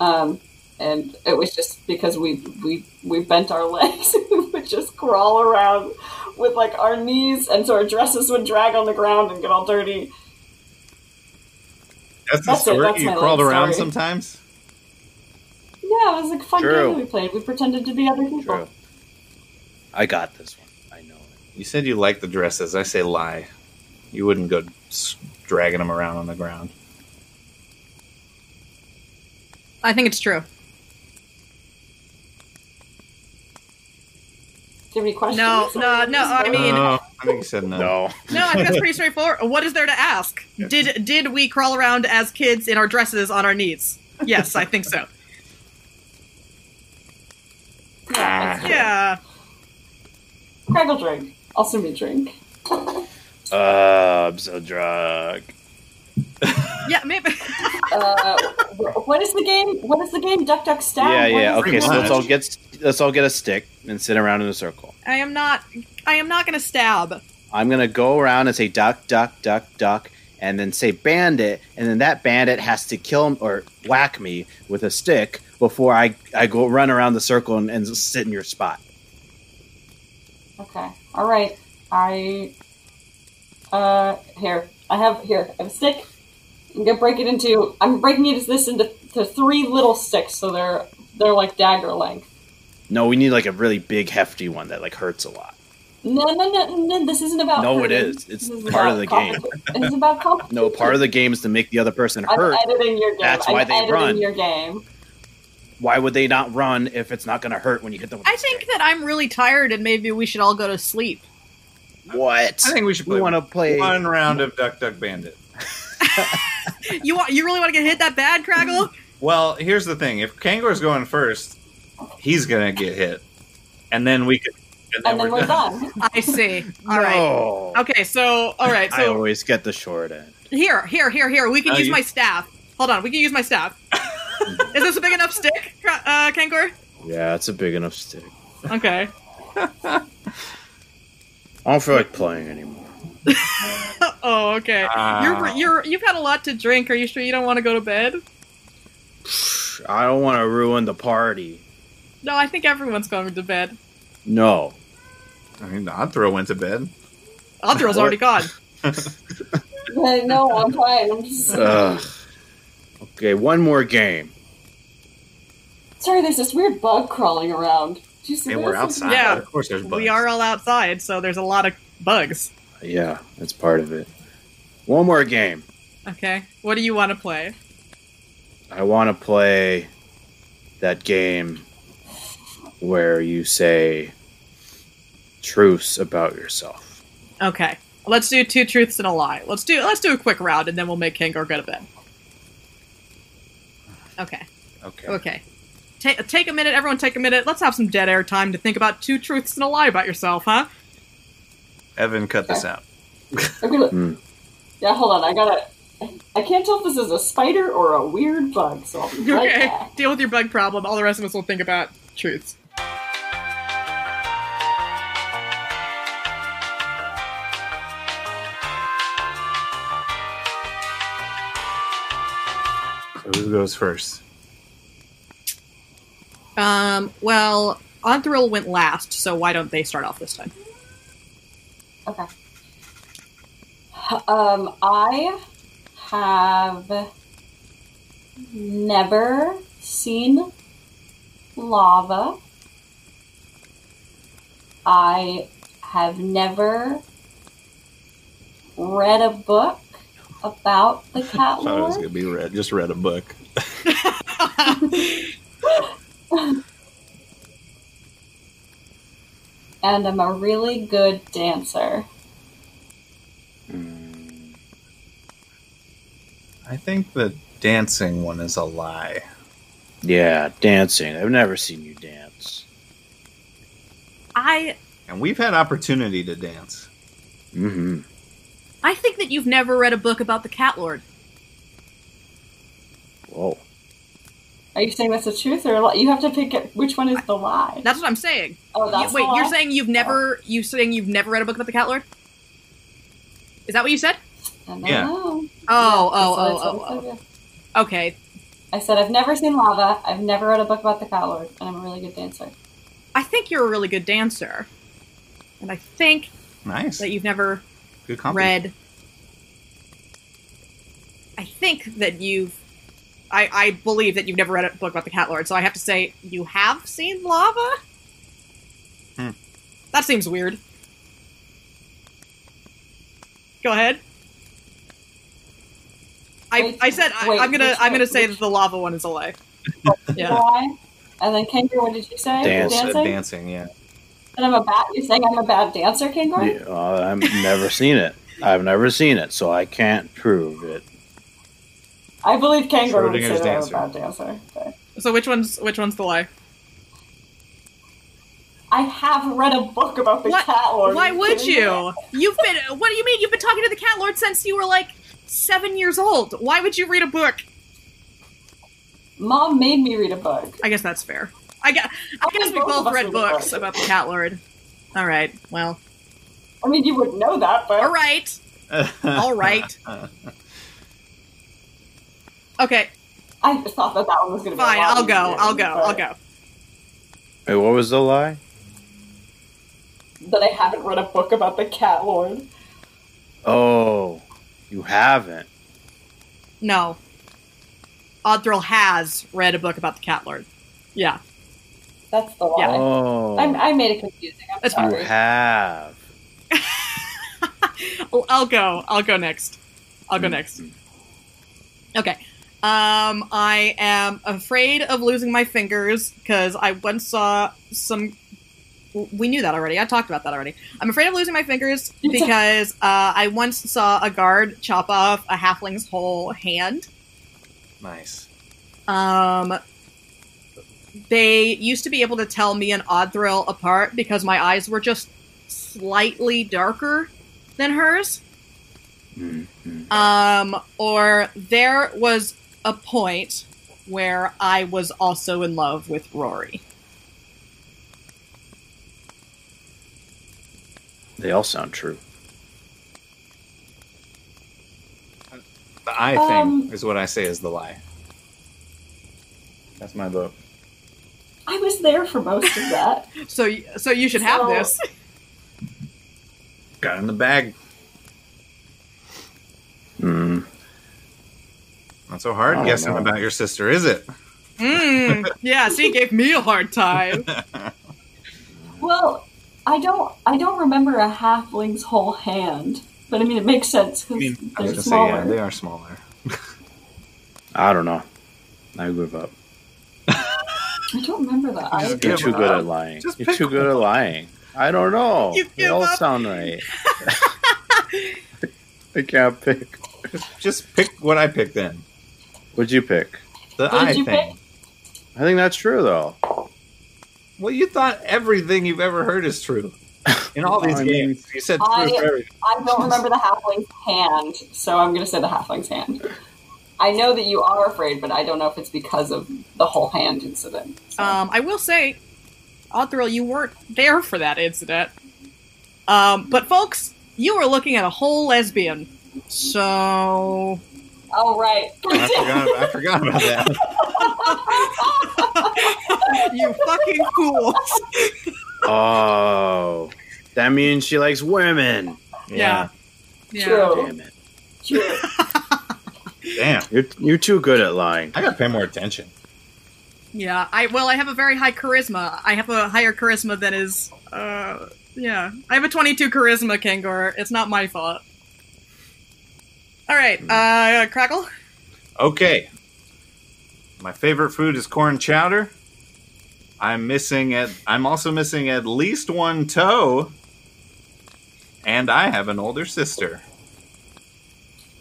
E: um, and it was just because we we we bent our [laughs] legs we would just crawl around with like our knees and so our dresses would drag on the ground and get all dirty
C: That's the
E: That's it,
C: story.
E: that's
C: you
E: my
C: crawled
E: life
C: around
E: story.
C: sometimes.
E: yeah it was like a fun
D: True.
E: game we played we pretended to be other people
D: True. I got this one. I know it.
C: You said you liked the dresses. I say lie. You wouldn't go s- dragging them around on the ground.
B: I think it's true.
E: do you have any questions
B: No, no, no. I mean,
C: no, I think you said no.
D: No.
B: No, I think that's [laughs] pretty straightforward. What is there to ask? Did did we crawl around as kids in our dresses on our knees? Yes, I think [laughs] so.
E: yeah, it's-
B: Yeah.
E: Craggle drink also me drink
D: Uh, I'm so drunk.
B: Yeah, maybe.
E: uh, [laughs] wh- what is the game what is the game duck duck stab
D: yeah,
E: What
D: yeah.
E: is the
D: Okay, so
E: game?
D: let's all get s- let's all get a stick and sit around in a circle.
B: I am not I am not going to stab.
D: I'm gonna go around and say duck, duck, duck, duck, and then say bandit, and then that bandit has to kill m- or whack me with a stick before I I go run around the circle and, and sit in your spot.
E: Okay. All right. I uh here. I have here. I have a stick. I'm gonna break it into. I'm breaking it as this into to three little sticks, so they're they're like dagger length.
D: No, we need like a really big, hefty one that like hurts a lot.
E: No, no, no, no. This isn't about.
D: No, it
E: hurting.
D: is. It's
E: This
D: part of the
E: about
D: game.
E: competi- It's about competition.
D: No, part of the game is to make the other person
E: I'm
D: hurt.
E: editing your game.
D: That's
E: I'm
D: why they
E: editing
D: run.
E: your game.
D: Why would they not run if it's not gonna hurt when you hit them? With
B: I
D: the
B: think
D: stick?
B: that I'm really tired and maybe we should all go to sleep.
D: what
C: I think we should play
D: we want to play.
C: one round of Duck Duck Bandit.
B: You want you really want to get hit that bad, Craggle?
C: Well, here's the thing: if Kangor's going first, he's gonna get hit, and then we could, and then,
E: And then
C: we're,
D: [laughs]
C: done.
B: I see. All right.
D: No.
B: Okay, so all right.
D: I
B: So
D: always get the short end.
B: here, here, here, here. We can
C: Oh,
B: use
C: you-
B: my staff. Hold on. We can use my staff. is this a big enough stick, Cra- uh, Kangor?
D: Yeah, it's a big enough stick.
B: Okay. [laughs]
D: I don't feel like playing anymore.
B: Oh, okay.
C: Wow.
B: You're you're you've had a lot to drink. Are you sure you don't want to go to bed?
D: I don't want to ruin the party.
B: No, I think everyone's going to bed.
D: No.
C: I mean, Othro went to bed.
B: Othro's already gone.
E: we're done. [laughs] no, I'm fine. I'm just,
D: Ugh. Okay, one more game.
E: sorry. There's this weird bug crawling around. Do you see
C: And
E: this?
C: we're outside.
B: Yeah.
C: of course, there's bugs.
B: We are all outside, so there's a lot of bugs.
D: Yeah, that's part of it. One more game.
B: Okay. What do you want to play?
D: I want to play that game where you say truths about yourself.
B: Okay. Let's do two truths and a lie. Let's do let's do a quick round and then we'll make Kangor go to bed. Okay.
C: okay.
B: Okay. Ta- take a minute, everyone take a minute. Let's have some dead air time to think about two truths and a lie about yourself, huh?
C: Evan, cut this out.
E: Okay, look.
D: Hmm.
E: Yeah, hold on. I gotta. I can't tell if this is a spider or a weird bug, so I'll be right
B: Okay.
E: back.
B: Deal with your bug problem. All the rest of us will think about truths.
C: So who goes first?
B: Um, well, Onthril went last, so why don't they start off this
E: [laughs]
B: time?
E: Okay. Um, I have never seen lava. I have never read a book about
C: [laughs]
E: the cat
C: I thought it was
E: lore.
C: gonna be read. Just read a book.
E: and I'm a really good dancer.
D: Mm,
C: I think the dancing one is a lie.
D: Yeah, dancing. I've never seen you dance.
B: I
C: And we've had opportunity to dance.
D: Mm-hmm.
B: I think that you've never read a book about the Cat Lord.
D: Whoa.
E: Are you saying that's the truth or a lie? You have to pick it, which one is the lie.
B: That's what I'm saying.
E: oh,
B: You-
E: that's
B: wait,
E: the
B: you're
E: lie?
B: saying you've never you saying you've never read a book about the Cat Lord? Is that what you said?
E: I don't
C: Yeah.
E: know.
B: Oh, oh,
E: Yeah, that's what
B: oh,
E: I
B: oh,
E: said, yeah.
B: oh. Okay.
E: I said I've never seen lava. I've never read a book about the Cat Lord, and I'm a really good dancer.
B: I think you're a really good dancer. And I think
C: Nice.
B: that you've never
C: Good compliment.
B: read I think that you've I, I believe that you've never read a book about the Cat Lord, so I have to say you have seen lava?
C: Hmm.
B: That seems weird. Go ahead. I,
E: Wait,
B: I said
E: wait,
B: I, am gonna
E: which
B: I'm gonna
E: one-
B: say
E: which-
B: that the lava one is a lie. Yeah.
E: Why? And then Kangaroo, what did you say?
D: Dance.
C: Also
E: Dancing.
C: dancing, yeah.
E: And I'm a bad. You're saying I'm a bad dancer, Kangaroo?
D: Yeah, uh, I've never seen it. I've never seen it, so I can't prove it.
E: I believe Kangaroo would say
C: Schrodinger's
E: that I'm a
C: dancer.
E: bad dancer. but-
B: So which one's which one's the lie?
E: I have read a book about the
B: What-
E: Cat Lord.
B: Why
E: Are
B: would
E: kidding me?
B: you? You've been uh, what do you mean? You've been talking to the Cat Lord since you were like seven years old. Why would you read a book?
E: Mom made me read a book.
B: I guess that's fair. I guess, I guess we
E: both of
B: both
E: us
B: read
E: read
B: books
E: books.
B: about the Cat Lord. All right. Well.
E: I mean, you wouldn't know that, but
B: All right. All
E: [laughs]
B: right. Okay.
E: I thought that that one was going to be. a
B: Fine.
E: lot
B: I'll go.
E: easier,
B: I'll go. I'll
E: but-
B: go.
D: Wait, what was the lie?
E: That I haven't read a book about the Cat Lord.
D: Oh, you haven't.
B: No. Audril has read a book about the Cat Lord. Yeah.
E: That's the lie.
B: Yeah.
D: Oh,
E: I'm, I made it confusing. I'm
B: That's
E: sorry.
D: you have.
B: I'll- I'll go. I'll go next. I'll go next. Okay. Um, I am afraid of losing my fingers because I once saw some. We knew that already. I talked about that already. I'm afraid of losing my fingers
E: You did.
B: because uh, I once saw a guard chop off a halfling's whole hand.
C: [laughs] nice.
B: Um, they used to be able to tell me and Odril apart because my eyes were just slightly darker than hers.
D: Mhm.
B: Um, or there was a point where I was also in love with Rory.
D: They all sound true.
C: The eye
E: Um,
C: thing is what I say is the lie. That's my vote.
E: I was there for most of that.
B: So, y- so you should have
E: So-
B: this.
C: Got in the bag.
D: Mm.
C: Not so hard
D: I don't
C: guessing
D: know.
C: about your sister, is it?
B: Mm, yeah, she gave me a hard time.
E: Well, I don't. I don't remember a halfling's whole hand, but I mean, it makes sense because
C: I was
E: they're
C: gonna say yeah,
E: smaller.
C: they are smaller.
D: I don't know. I give up.
E: I don't remember that.
C: Just
E: I,
D: You're
C: give
D: too
C: up.
D: good at lying.
C: Just
D: You're
C: pick
D: too good at lying. I don't know.
B: You
D: they
B: give
D: all
B: up.
D: sound right. I can't pick.
C: Just, just pick what I pick then.
D: What'd you pick?
C: The
E: did
C: eye
E: you
C: thing.
D: I think that's true though.
C: Well, you thought everything you've ever heard is true. In all these
D: I mean-
C: games, you said true
E: I-
C: for everything.
E: I don't remember the halfling's hand, so I'm going to say the halfling's hand. I know that you are afraid, but I don't know if it's because of the whole hand incident. so.
B: Um, I will say, Othrill, you weren't there for that incident. Um, but folks, you were looking at a whole lesbian. So
E: oh right,
C: I forgot, I forgot about that.
E: [laughs]
B: you fucking fools.
D: Oh, that means she likes women.
B: [laughs] Yeah.
E: true,
D: Damn it!
E: [laughs] true.
C: Damn.
D: You're you're too good at lying.
C: I gotta pay more attention.
B: Yeah. I well, I have a very high charisma. I have a higher charisma than is. Uh, yeah. I have a 22 charisma, Kangor. It's not my fault. All right, uh, Crackle.
C: Okay. My favorite food is corn chowder. I'm missing at I'm also missing at least one toe. And I have an older sister.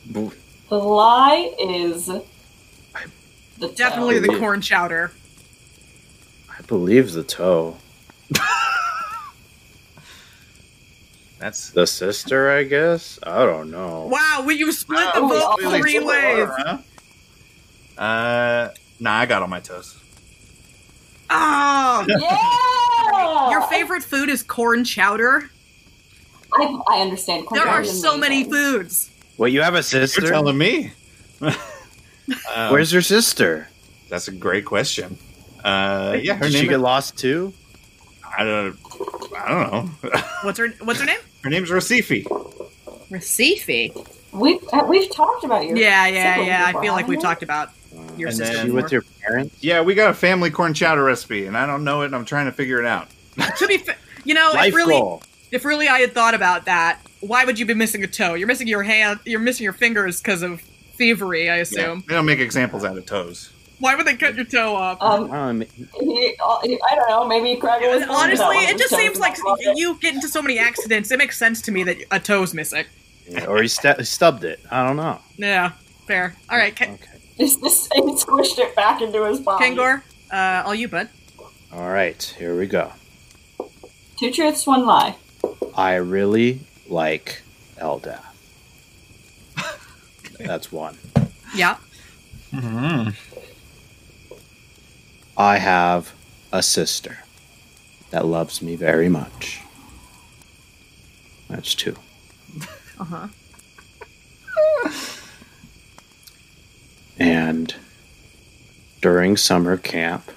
E: The lie is the
B: Definitely
E: toe.
B: the corn chowder.
D: I believe the toe,
C: That's
D: the sister. I guess I don't know.
B: Wow, will you split the
E: Wow,
B: vote
E: really
B: three
E: cool.
B: ways?
C: Uh, Nah, I got on my toes.
B: Oh,
E: Yeah!
B: your favorite food is corn chowder.
E: I, I understand.
B: There are
E: Cornelius
B: so many
E: Amazing.
B: foods.
D: Well, you have a
C: You're
D: sister.
C: telling me? [laughs] Um,
D: Where's your sister?
C: that's a great question. Uh, yeah, her
D: Did she
C: name.
D: get
C: Is,
D: lost too?
C: I don't. I don't know.
B: What's her What's her name?
C: her name's Rosifi.
B: Recife.
E: We've uh, we've talked about your
B: Yeah, yeah,
E: siblings
B: yeah. I
E: before,
B: feel like we've
E: haven't
B: talked about your
C: And
D: Is
B: sister
C: then-
D: Uh, she
B: before.
D: with your parents?
C: Yeah, we got a family corn chowder recipe, and I don't know it, and I'm trying to figure it out.
B: to be, fa- you
C: Oh,
B: know,
D: Life
B: if really,
D: goal.
B: if really I had thought about that, why would you be missing a toe? You're missing your hand. You're missing your fingers because of thievery, I
C: Yeah,
B: assume.
C: they don't make examples out of toes.
B: Why would they cut your toe off?
E: Um,
D: Um,
E: he, uh, he- I don't know. Maybe Craig was
B: And honestly, it just seems like
E: Love it.
B: you get into so many accidents. It makes sense to me that a toe's missing.
D: or he stu- stubbed it. I don't know.
B: Yeah, fair. All right, K-
D: Okay.
E: [laughs] This, this, he squished it back into his body.
B: Kangor, uh, all you, bud.
D: All right. Here we go.
E: Two truths, one lie.
D: I really like
C: [laughs]
D: Elda. That's one.
B: Yeah.
C: Mm-hmm.
D: I have a sister that loves me very much. That's two.
B: Uh huh.
D: And during summer camp,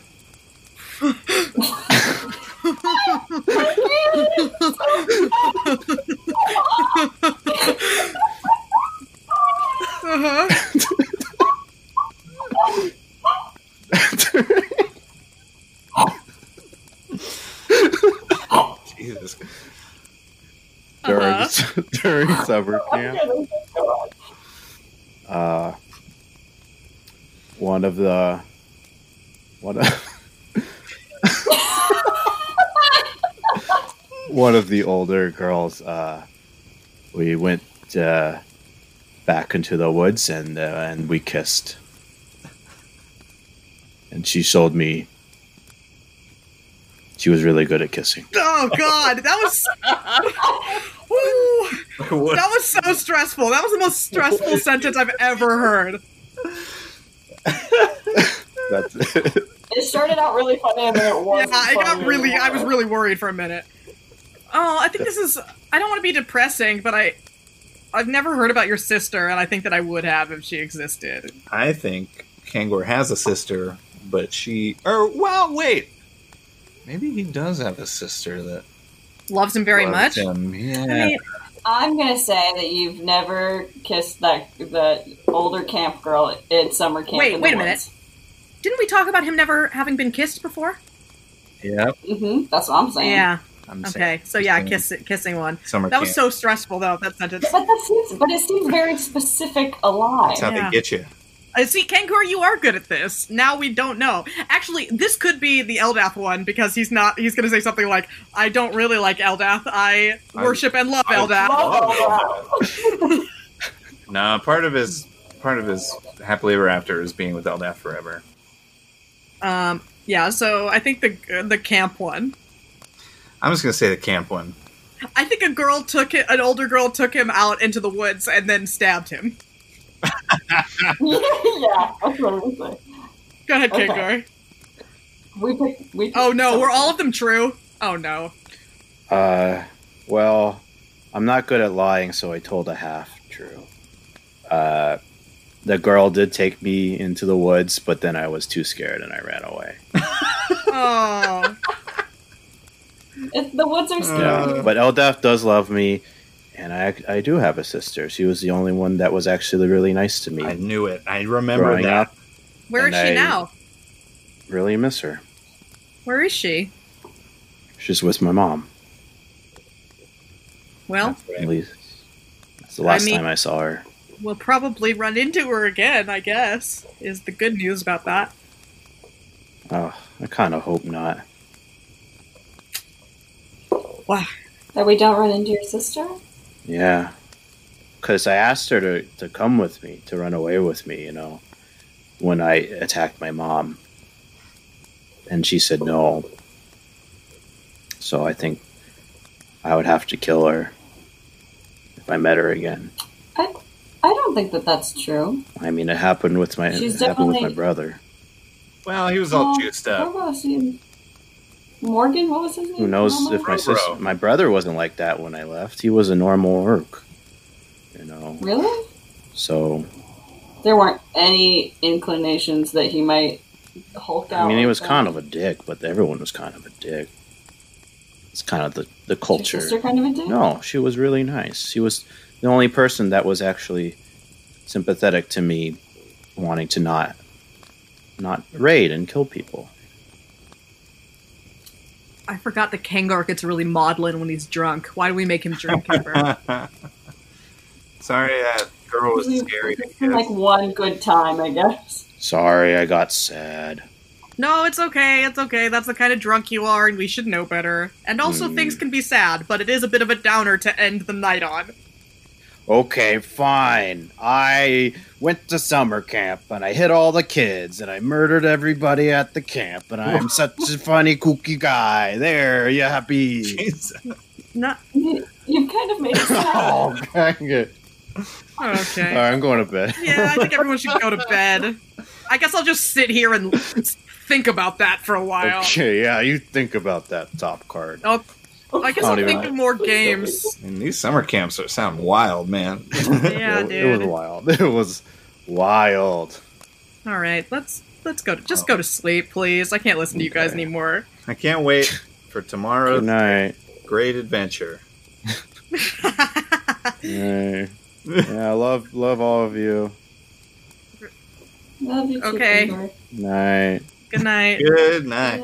B: Uh huh.
D: [laughs]
C: Jesus. [laughs]
D: during
B: Uh-huh.
D: [laughs] during summer
E: Yeah,
D: camp,
E: this is good.
D: uh, one of the one of [laughs] one of the older girls. Uh, we went uh, back into the woods and uh, and we kissed, and she showed me. She was really good at kissing.
B: Oh God, that was. Woo.
C: What?
B: That was so stressful. That was the most stressful sentence I've ever heard.
D: That's
E: It started out really funny, and then it
B: Yeah,
E: wasn't.
B: I got
E: funny
B: really, I was
E: anymore.
B: really worried for a minute. Oh, I think this is. I don't want to be depressing, but I, I've never heard about your sister, and I think that I would have if she existed.
C: I think Kangor has a sister, but she. Or, well, wait. Maybe he does have a sister that
B: Loves him very much.
C: loves him. Yeah.
B: I mean,
E: I'm gonna say that you've never kissed that that older camp girl at summer camp.
B: Wait,
E: in
B: wait
E: the
B: a minute. didn't we talk about him never having been kissed before?
C: yep.
E: hmm that's what I'm saying.
B: Yeah.
C: Um, I'm saying
B: Okay. So yeah,
C: Same.
B: kiss, kissing one.
C: summer
B: That was
C: camp.
B: so stressful though. That sentence.
E: But that seems, but it seems very specific. A
B: [laughs]
E: lie.
C: That's how
B: Yeah.
C: they get you.
B: I Uh, see, Kankor, you are good at this. Now we don't know. Actually, this could be the Eldath one because he's not. He's going to say something like, "I don't really like Eldath. I
C: I-
B: worship and love
C: I
B: Eldath."
E: Oh,
C: Nah, part of his part of his happily ever after is being with Eldath forever.
B: Um, yeah. So I think the the camp one.
C: I'm just gonna say the camp one.
B: I think a girl took it, an older girl took him out into the woods and then stabbed him.
E: wow. [laughs] yeah, that's what I'm saying.
B: Go ahead,
E: Okay.
B: Kankor.
E: We picked, we picked
B: Oh no,
E: summer
B: were all
E: camp.
B: of them true? Oh no.
D: Uh, well, I'm not good at lying, so I told a half true. Uh, the girl did take me into the woods, but then I was too scared and I ran away.
B: Oh,
E: It's, the woods are scary.
C: Mm.
D: Yeah, but Eldaf does love me, and I I do have a sister. She was the only one that was actually really nice to me.
C: I
D: I
C: knew it. I remember
D: growing
C: that.
D: up,
B: where is
D: And
B: she
D: I-
B: now?
D: really miss her.
B: Where is she?
D: She's with my mom.
B: Well,
D: At least that's the last
B: mean-
D: time I saw her.
B: we'll probably run into her again. I guess is the good news about that.
D: Oh, I kind of hope not.
E: That we don't run into your sister?
D: Yeah. Because I asked her to, to come with me, to run away with me, you know, when I attacked my mom. And she said no. So I think I would have to kill her if I met her again.
E: I don't think that that's true.
D: I mean, it happened with my
E: She's
D: it happened with my
E: definitely-
D: brother.
C: Well, he was all
E: Um,
C: juiced
E: What
C: up.
E: was he? Morgan? What was his name?
D: Who knows
E: Mama?
D: if my
C: Bro.
D: sis- my brother wasn't like that when I left. He was a normal orc, you know.
E: Really?
D: So
E: There weren't any inclinations that he might hulk out.
D: I mean, he
E: like
D: was
E: that?
D: kind of a dick, but everyone was kind of a dick. It's kind of the the
E: Your
D: culture.
E: sister kind of a dick?
D: No, she was really nice. She was the only person that was actually sympathetic to me wanting to not not raid and kill people.
B: I forgot that Kangar gets really maudlin when he's drunk. Why do we make him drink
D: [laughs]
B: ever?
C: [laughs] Sorry, that girl was scary to kiss.
E: Like one good time, I guess.
D: Sorry, I got sad.
B: no, it's okay. It's okay. That's the kind of drunk you are, and we should know better. And also,
D: Hmm.
B: things can be sad, but it is a bit of a downer to end the night on.
D: Okay, fine. I went to summer camp and I hit all the kids and I murdered everybody at the camp and I'm such a funny kooky guy. There, you happy?
C: Jesus.
B: Not
E: You, you've kind of made it sad.
D: Oh, dang it. All
B: [laughs] okay.
D: right, I'm going to bed. [laughs]
B: Yeah, I think everyone should go to bed. I guess I'll just sit here and think about that for a while.
D: Okay, yeah, you think about that top card.
B: Oh, I guess
D: Not
B: I'll
D: even
B: think
D: [laughs] I-
B: of more games.
C: [laughs] And these summer camps are sound wild, man.
B: Yeah,
D: [laughs] it, it was
B: dude.
D: wild. [laughs] It was wild.
B: All right, let's let's go. To, just go to sleep, please. I can't listen to you guys
D: Okay.
B: anymore. [laughs]
C: I can't wait for tomorrow's
D: Good night.
C: great adventure.
D: Hey. Yeah, I love love all of you.
E: Love you too,
B: Okay.
E: Igor.
D: Night.
B: Good night.
C: Good night.